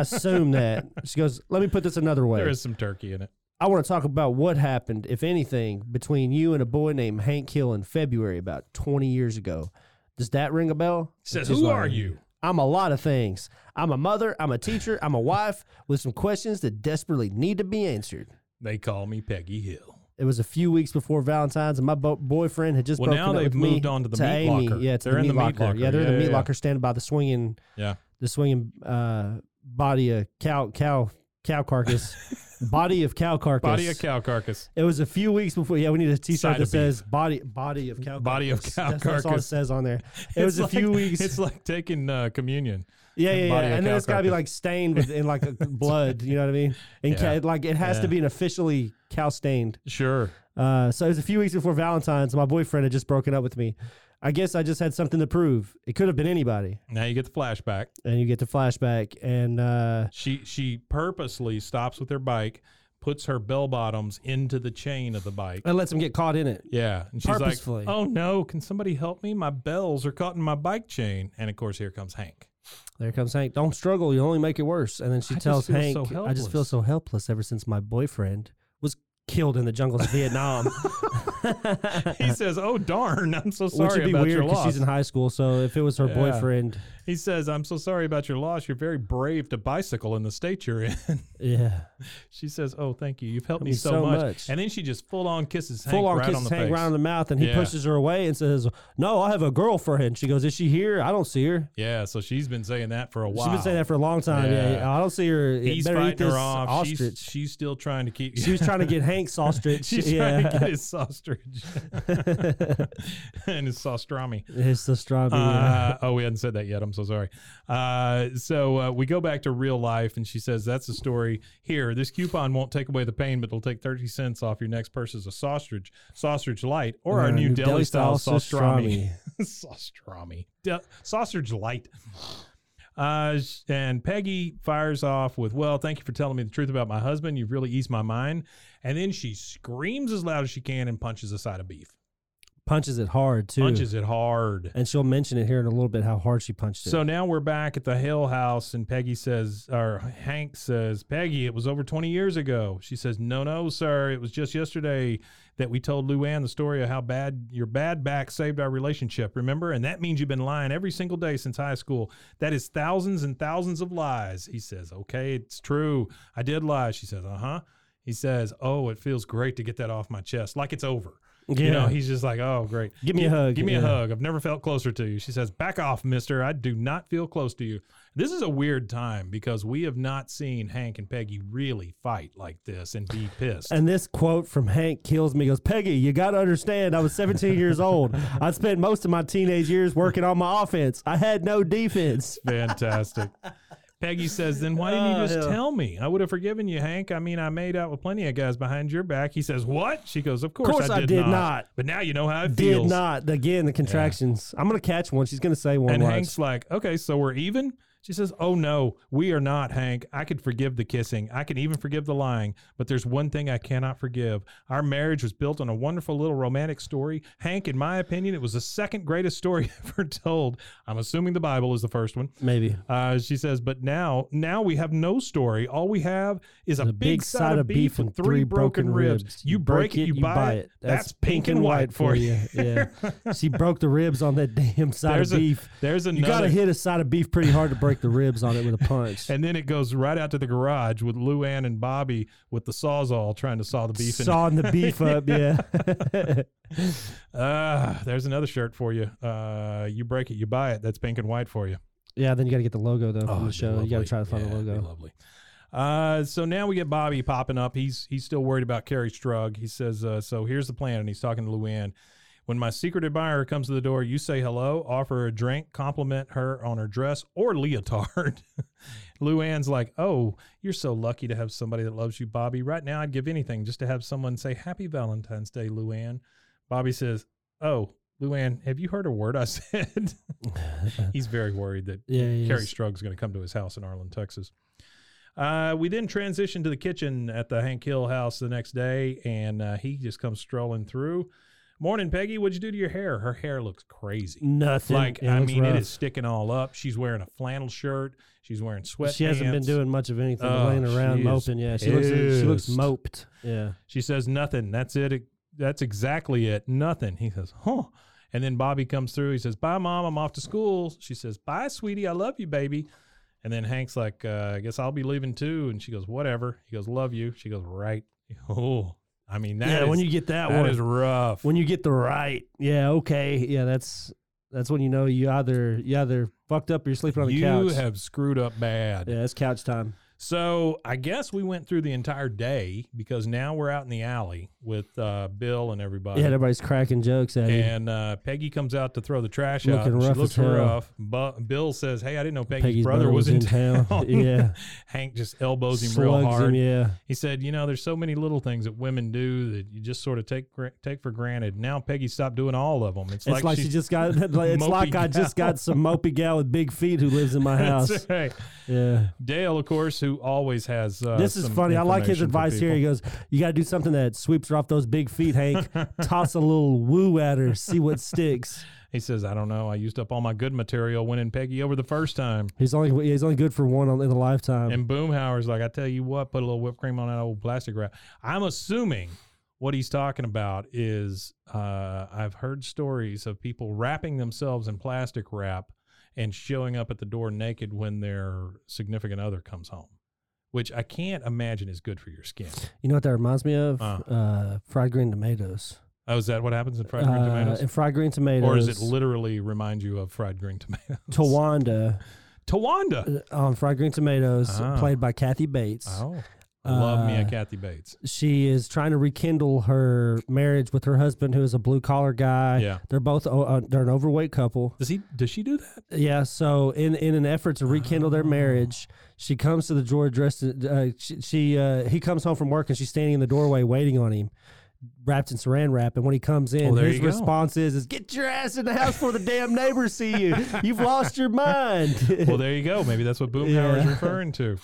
[SPEAKER 3] assume that." She goes, "Let me put this another way.
[SPEAKER 2] there is some turkey in it.
[SPEAKER 3] I want to talk about what happened, if anything, between you and a boy named Hank Hill in February about 20 years ago. Does that ring a bell?
[SPEAKER 2] She says,
[SPEAKER 3] She's
[SPEAKER 2] who
[SPEAKER 3] like,
[SPEAKER 2] are you?
[SPEAKER 3] I'm a lot of things. I'm a mother, I'm a teacher, I'm a wife with some questions that desperately need to be answered.
[SPEAKER 2] They call me Peggy Hill.
[SPEAKER 3] It was a few weeks before Valentine's, and my bo- boyfriend had just
[SPEAKER 2] Well,
[SPEAKER 3] broken
[SPEAKER 2] now
[SPEAKER 3] up
[SPEAKER 2] they've
[SPEAKER 3] with me
[SPEAKER 2] moved on to the meat
[SPEAKER 3] Amy.
[SPEAKER 2] locker.
[SPEAKER 3] Yeah, to
[SPEAKER 2] They're
[SPEAKER 3] the
[SPEAKER 2] in
[SPEAKER 3] meat
[SPEAKER 2] the meat
[SPEAKER 3] locker.
[SPEAKER 2] locker.
[SPEAKER 3] Yeah, they're in the
[SPEAKER 2] Yeah,
[SPEAKER 3] meat
[SPEAKER 2] yeah, yeah.
[SPEAKER 3] locker standing by the swinging,
[SPEAKER 2] Yeah.
[SPEAKER 3] the swinging uh, body of cow, cow, cow carcass, body of cow carcass,
[SPEAKER 2] Body of cow carcass.
[SPEAKER 3] It was a few weeks before. Yeah, we need a T-shirt
[SPEAKER 2] Side
[SPEAKER 3] that
[SPEAKER 2] of beef.
[SPEAKER 3] says "body body of cow
[SPEAKER 2] Body of
[SPEAKER 3] carcass."
[SPEAKER 2] cow
[SPEAKER 3] that's, That's all it
[SPEAKER 2] carcass.
[SPEAKER 3] says on there. It
[SPEAKER 2] It's
[SPEAKER 3] was a
[SPEAKER 2] like-
[SPEAKER 3] few weeks.
[SPEAKER 2] It's like taking uh, communion.
[SPEAKER 3] yeah, yeah, yeah.
[SPEAKER 2] body of
[SPEAKER 3] And then
[SPEAKER 2] cow
[SPEAKER 3] it's got to be
[SPEAKER 2] carcass.
[SPEAKER 3] like stained with in like a blood. You know what I mean? And
[SPEAKER 2] Yeah.
[SPEAKER 3] ca- like it has to
[SPEAKER 2] Yeah.
[SPEAKER 3] be an officially cow stained.
[SPEAKER 2] Sure.
[SPEAKER 3] Uh, so it was a few weeks before Valentine's. My boyfriend had just broken up with me. I guess I just had something to prove. It could have been anybody.
[SPEAKER 2] Now you get the flashback.
[SPEAKER 3] And you get the flashback, and uh,
[SPEAKER 2] She she purposely stops with her bike, puts her bell bottoms into the chain of the bike.
[SPEAKER 3] it lets him get caught in it.
[SPEAKER 2] Yeah, and she's like,
[SPEAKER 3] Uh, Purposefully.
[SPEAKER 2] "Oh no, can somebody help me? My bells are caught in my bike chain." And of course, here comes Hank.
[SPEAKER 3] There comes Hank. Don't struggle. You only make it worse. And then she
[SPEAKER 2] I just
[SPEAKER 3] tells
[SPEAKER 2] feel
[SPEAKER 3] Hank,
[SPEAKER 2] so
[SPEAKER 3] I just feel
[SPEAKER 2] helpless."
[SPEAKER 3] so helpless ever since my boyfriend was killed in the jungles of Vietnam.
[SPEAKER 2] He says, "Oh darn, I'm so
[SPEAKER 3] Which would
[SPEAKER 2] sorry
[SPEAKER 3] Uh, be
[SPEAKER 2] about
[SPEAKER 3] weird
[SPEAKER 2] your
[SPEAKER 3] because
[SPEAKER 2] loss."
[SPEAKER 3] she's in high school. So if it was her
[SPEAKER 2] Yeah.
[SPEAKER 3] boyfriend,
[SPEAKER 2] he says, "I'm so sorry about your loss. You're very brave to bicycle in the state you're in."
[SPEAKER 3] yeah.
[SPEAKER 2] she says, "Oh, thank you. You've helped
[SPEAKER 3] Helped
[SPEAKER 2] me,
[SPEAKER 3] me
[SPEAKER 2] so,
[SPEAKER 3] so
[SPEAKER 2] much.
[SPEAKER 3] much.
[SPEAKER 2] And then she just full on kisses Hank
[SPEAKER 3] Full on
[SPEAKER 2] right
[SPEAKER 3] kisses
[SPEAKER 2] on the
[SPEAKER 3] Hank
[SPEAKER 2] face.
[SPEAKER 3] right on the mouth, and he
[SPEAKER 2] Yeah.
[SPEAKER 3] pushes her away and says, "No, I have a girlfriend." She goes, "Is she here? I don't see her."
[SPEAKER 2] yeah, so she's been saying that for a while.
[SPEAKER 3] She's been saying that for a long time. Yeah,
[SPEAKER 2] Yeah.
[SPEAKER 3] I don't see her.
[SPEAKER 2] He's
[SPEAKER 3] Better eat
[SPEAKER 2] fighting
[SPEAKER 3] this
[SPEAKER 2] her off. She's-
[SPEAKER 3] ostrich.
[SPEAKER 2] She's, still trying to keep.
[SPEAKER 3] she was trying to get Hank's ostrich.
[SPEAKER 2] She's
[SPEAKER 3] yeah,
[SPEAKER 2] trying to get his sausage and his saustrami.
[SPEAKER 3] it's the strawberry.
[SPEAKER 2] Uh, oh, we hadn't said that yet. I'm so sorry. Uh, so uh, we go back to real life, and she says, "That's the story. Here, this coupon won't take away the pain, but it'll take 30 cents off your next purchase of sausage, sausage light, or our new, deli style saustrami, saustrami, De- sausage light." Uh, sh- and Peggy fires off with, "Well, thank you for telling me the truth about my husband. You've really eased my mind." And then she screams as loud as she can and punches a side of beef.
[SPEAKER 3] punches it hard too.
[SPEAKER 2] Punches it hard.
[SPEAKER 3] And she'll mention it here in a little bit how hard she punched it.
[SPEAKER 2] So now we're back at the Hill House, and Peggy says, or Hank says, Peggy, it was over 20 years ago. She says, No, no, sir. It was just yesterday that we told Luann the story of how bad your bad back saved our relationship, remember? And that means you've been lying every single day since high school. That is thousands and thousands of lies. He says, Okay, it's true. "Uh-huh." I did lie. She says, Uh huh. He says, Oh, it feels great to get that off my chest, like it's over. You know,
[SPEAKER 3] Yeah.
[SPEAKER 2] he's just like, oh, great.
[SPEAKER 3] Give me a
[SPEAKER 2] Gi-
[SPEAKER 3] hug.
[SPEAKER 2] Give me a
[SPEAKER 3] Yeah.
[SPEAKER 2] hug. I've never felt closer to you. She says, back off, mister. I do not feel close to you. This is a weird time because we have not seen Hank and Peggy really fight like this and be pissed.
[SPEAKER 3] And this quote from Hank kills me. He goes, Peggy, you got to understand, I was 17 years old. I spent most of my teenage years working on my offense. I had no defense.
[SPEAKER 2] Fantastic. Peggy says, then why didn't you
[SPEAKER 3] Oh,
[SPEAKER 2] just
[SPEAKER 3] hell.
[SPEAKER 2] tell me? I would have forgiven you, Hank. I mean, I made out with plenty of guys behind your back. He says, what? She goes, of course,
[SPEAKER 3] Course I did not.
[SPEAKER 2] But now you know how it
[SPEAKER 3] Did
[SPEAKER 2] feels.
[SPEAKER 3] not. Again, the contractions. I'm going to catch one. She's going to say one.
[SPEAKER 2] And
[SPEAKER 3] watch.
[SPEAKER 2] Hank's like, okay, so we're even? She says, oh no, we are not, Hank. I could forgive the kissing. I can even forgive the lying. But there's one thing I cannot forgive. Our marriage was built on a wonderful little romantic story. Hank, in my opinion, it was the second greatest story ever told. I'm assuming the Bible is the first one.
[SPEAKER 3] Maybe.
[SPEAKER 2] Uh, she says, but now, now we have no story. All we have is a big, side of beef and three broken ribs. You break it, you buy it. That's pink and white for you.
[SPEAKER 3] yeah. she broke the ribs on that damn side
[SPEAKER 2] There's
[SPEAKER 3] of
[SPEAKER 2] a-
[SPEAKER 3] beef.
[SPEAKER 2] there's
[SPEAKER 3] You got
[SPEAKER 2] another-
[SPEAKER 3] to hit a side of beef pretty hard to break the ribs on it with a punch.
[SPEAKER 2] And then it goes right out to the garage with Luann and Bobby with the sawzall trying to saw the beef. in.
[SPEAKER 3] Sawing the beef up, yeah.
[SPEAKER 2] Ah, there's another shirt for you. Uh, you break it, you buy it. That's pink and white for you.
[SPEAKER 3] yeah, then you got to get the logo, though, from
[SPEAKER 2] Oh, it'd
[SPEAKER 3] the
[SPEAKER 2] be
[SPEAKER 3] show. You got to
[SPEAKER 2] lovely.
[SPEAKER 3] try to find
[SPEAKER 2] Yeah,
[SPEAKER 3] the
[SPEAKER 2] it'd be
[SPEAKER 3] logo.
[SPEAKER 2] Lovely. Uh, so now we get Bobby popping up. He's he's still worried about Carrie's drug. He says, uh, "So here's the plan," and he's talking to Luann. When my secret admirer comes to the door, you say hello, offer her a drink, compliment her on her dress or leotard. Luann's like, "Oh, you're so lucky to have somebody that loves you, Bobby. Right now, I'd give anything just to have someone say Happy Valentine's Day, Luann." Bobby says, "Oh, Luann, have you heard a word I said?" He's very worried that
[SPEAKER 3] Yeah, he
[SPEAKER 2] Carrie
[SPEAKER 3] is.
[SPEAKER 2] Strug's going to come to his house in Arlen, Texas. Uh, we then transition to the kitchen at the Hank Hill house the next day, and uh, he just comes strolling through. Morning, Peggy. What'd you do to your hair? Her hair looks crazy.
[SPEAKER 3] Nothing.
[SPEAKER 2] Like,
[SPEAKER 3] It
[SPEAKER 2] I
[SPEAKER 3] looks
[SPEAKER 2] mean,
[SPEAKER 3] rough.
[SPEAKER 2] it is sticking all up. She's wearing a flannel shirt. She's wearing sweatpants.
[SPEAKER 3] She hasn't been doing much of anything, but
[SPEAKER 2] Oh,
[SPEAKER 3] laying around
[SPEAKER 2] she is
[SPEAKER 3] moping. Yeah, she looks she looks
[SPEAKER 2] pissed.
[SPEAKER 3] moped. Yeah,
[SPEAKER 2] She says nothing. That's it. That's exactly it. Nothing. He says, huh. And then Bobby comes through. He says, bye, mom. I'm off to school. She says, bye, sweetie. I love you, baby. And then Hank's like, uh, I guess I'll be leaving too. And she goes, whatever. He goes, love you. She goes, right. Oh, I mean, that is
[SPEAKER 3] yeah. when you get that,
[SPEAKER 2] that
[SPEAKER 3] one,
[SPEAKER 2] is rough.
[SPEAKER 3] when you get the right, yeah, okay, yeah. That's that's when you know you either you either fucked up or you're sleeping on the
[SPEAKER 2] you
[SPEAKER 3] couch.
[SPEAKER 2] have screwed up bad.
[SPEAKER 3] yeah, it's couch time.
[SPEAKER 2] So I guess we went through the entire day because now we're out in the alley with uh, Bill and everybody.
[SPEAKER 3] yeah, everybody's cracking jokes at you.
[SPEAKER 2] And uh, Peggy comes out to throw the trash out.
[SPEAKER 3] Looking
[SPEAKER 2] and
[SPEAKER 3] rough
[SPEAKER 2] she looks
[SPEAKER 3] as hell.
[SPEAKER 2] rough. Bu- Bill says, "Hey, I didn't know Peggy's,
[SPEAKER 3] Peggy's
[SPEAKER 2] brother, was in town."
[SPEAKER 3] yeah,
[SPEAKER 2] Hank just elbows him real
[SPEAKER 3] Slugs
[SPEAKER 2] hard.
[SPEAKER 3] him, yeah.
[SPEAKER 2] He said, "You know, there's so many little things that women do that you just sort of take gra- take for granted. Now Peggy stopped doing all of them. It's,
[SPEAKER 3] It's like, she, just got. Like, it's
[SPEAKER 2] mopey
[SPEAKER 3] like I just
[SPEAKER 2] gal.
[SPEAKER 3] got some mopey gal with big feet who lives in my
[SPEAKER 2] That's
[SPEAKER 3] house.
[SPEAKER 2] right.
[SPEAKER 3] Yeah.
[SPEAKER 2] Dale, of course, who always has. Uh,
[SPEAKER 3] This is
[SPEAKER 2] some
[SPEAKER 3] funny. I like his
[SPEAKER 2] information for
[SPEAKER 3] advice here.
[SPEAKER 2] people.
[SPEAKER 3] He goes, "You got to do something that sweeps her off those big feet, Hank. Toss a little woo at her, see what sticks."
[SPEAKER 2] He says, "I don't know. I used up all my good material winning Peggy over the first time."
[SPEAKER 3] He's only he's only good for one on- in a lifetime.
[SPEAKER 2] And Boomhauer's like, I tell you what, put a little whipped cream on that old plastic wrap. I'm assuming what he's talking about is uh, I've heard stories of people wrapping themselves in plastic wrap and showing up at the door naked when their significant other comes home, which I can't imagine is good for your skin.
[SPEAKER 3] you know what that reminds me of?
[SPEAKER 2] Uh.
[SPEAKER 3] Uh, fried green tomatoes.
[SPEAKER 2] Oh, is that what happens in fried green
[SPEAKER 3] Uh,
[SPEAKER 2] tomatoes?
[SPEAKER 3] And fried green tomatoes.
[SPEAKER 2] or does it literally remind you of fried green tomatoes?
[SPEAKER 3] Tawanda
[SPEAKER 2] Tawanda.
[SPEAKER 3] uh, on fried green tomatoes,
[SPEAKER 2] Ah.
[SPEAKER 3] played by Kathy Bates.
[SPEAKER 2] Oh, I love me a
[SPEAKER 3] Uh,
[SPEAKER 2] Kathy Bates.
[SPEAKER 3] She is trying to rekindle her marriage with her husband, who is a blue collar guy.
[SPEAKER 2] Yeah.
[SPEAKER 3] they're both o- uh, they're an overweight couple.
[SPEAKER 2] Does he? Does she do that?
[SPEAKER 3] Yeah, so in in an effort to rekindle
[SPEAKER 2] Ah.
[SPEAKER 3] their marriage, she comes to the door dressed. Uh, she she uh, he comes home from work and she's standing in the doorway waiting on him, wrapped in Saran wrap. And when he comes in,
[SPEAKER 2] Oh, there
[SPEAKER 3] his
[SPEAKER 2] you go.
[SPEAKER 3] response is, "Is get your ass in the house before the damn neighbors see you. You've lost your mind."
[SPEAKER 2] well, there you go. Maybe that's what Boomhauer is
[SPEAKER 3] Yeah.
[SPEAKER 2] referring to.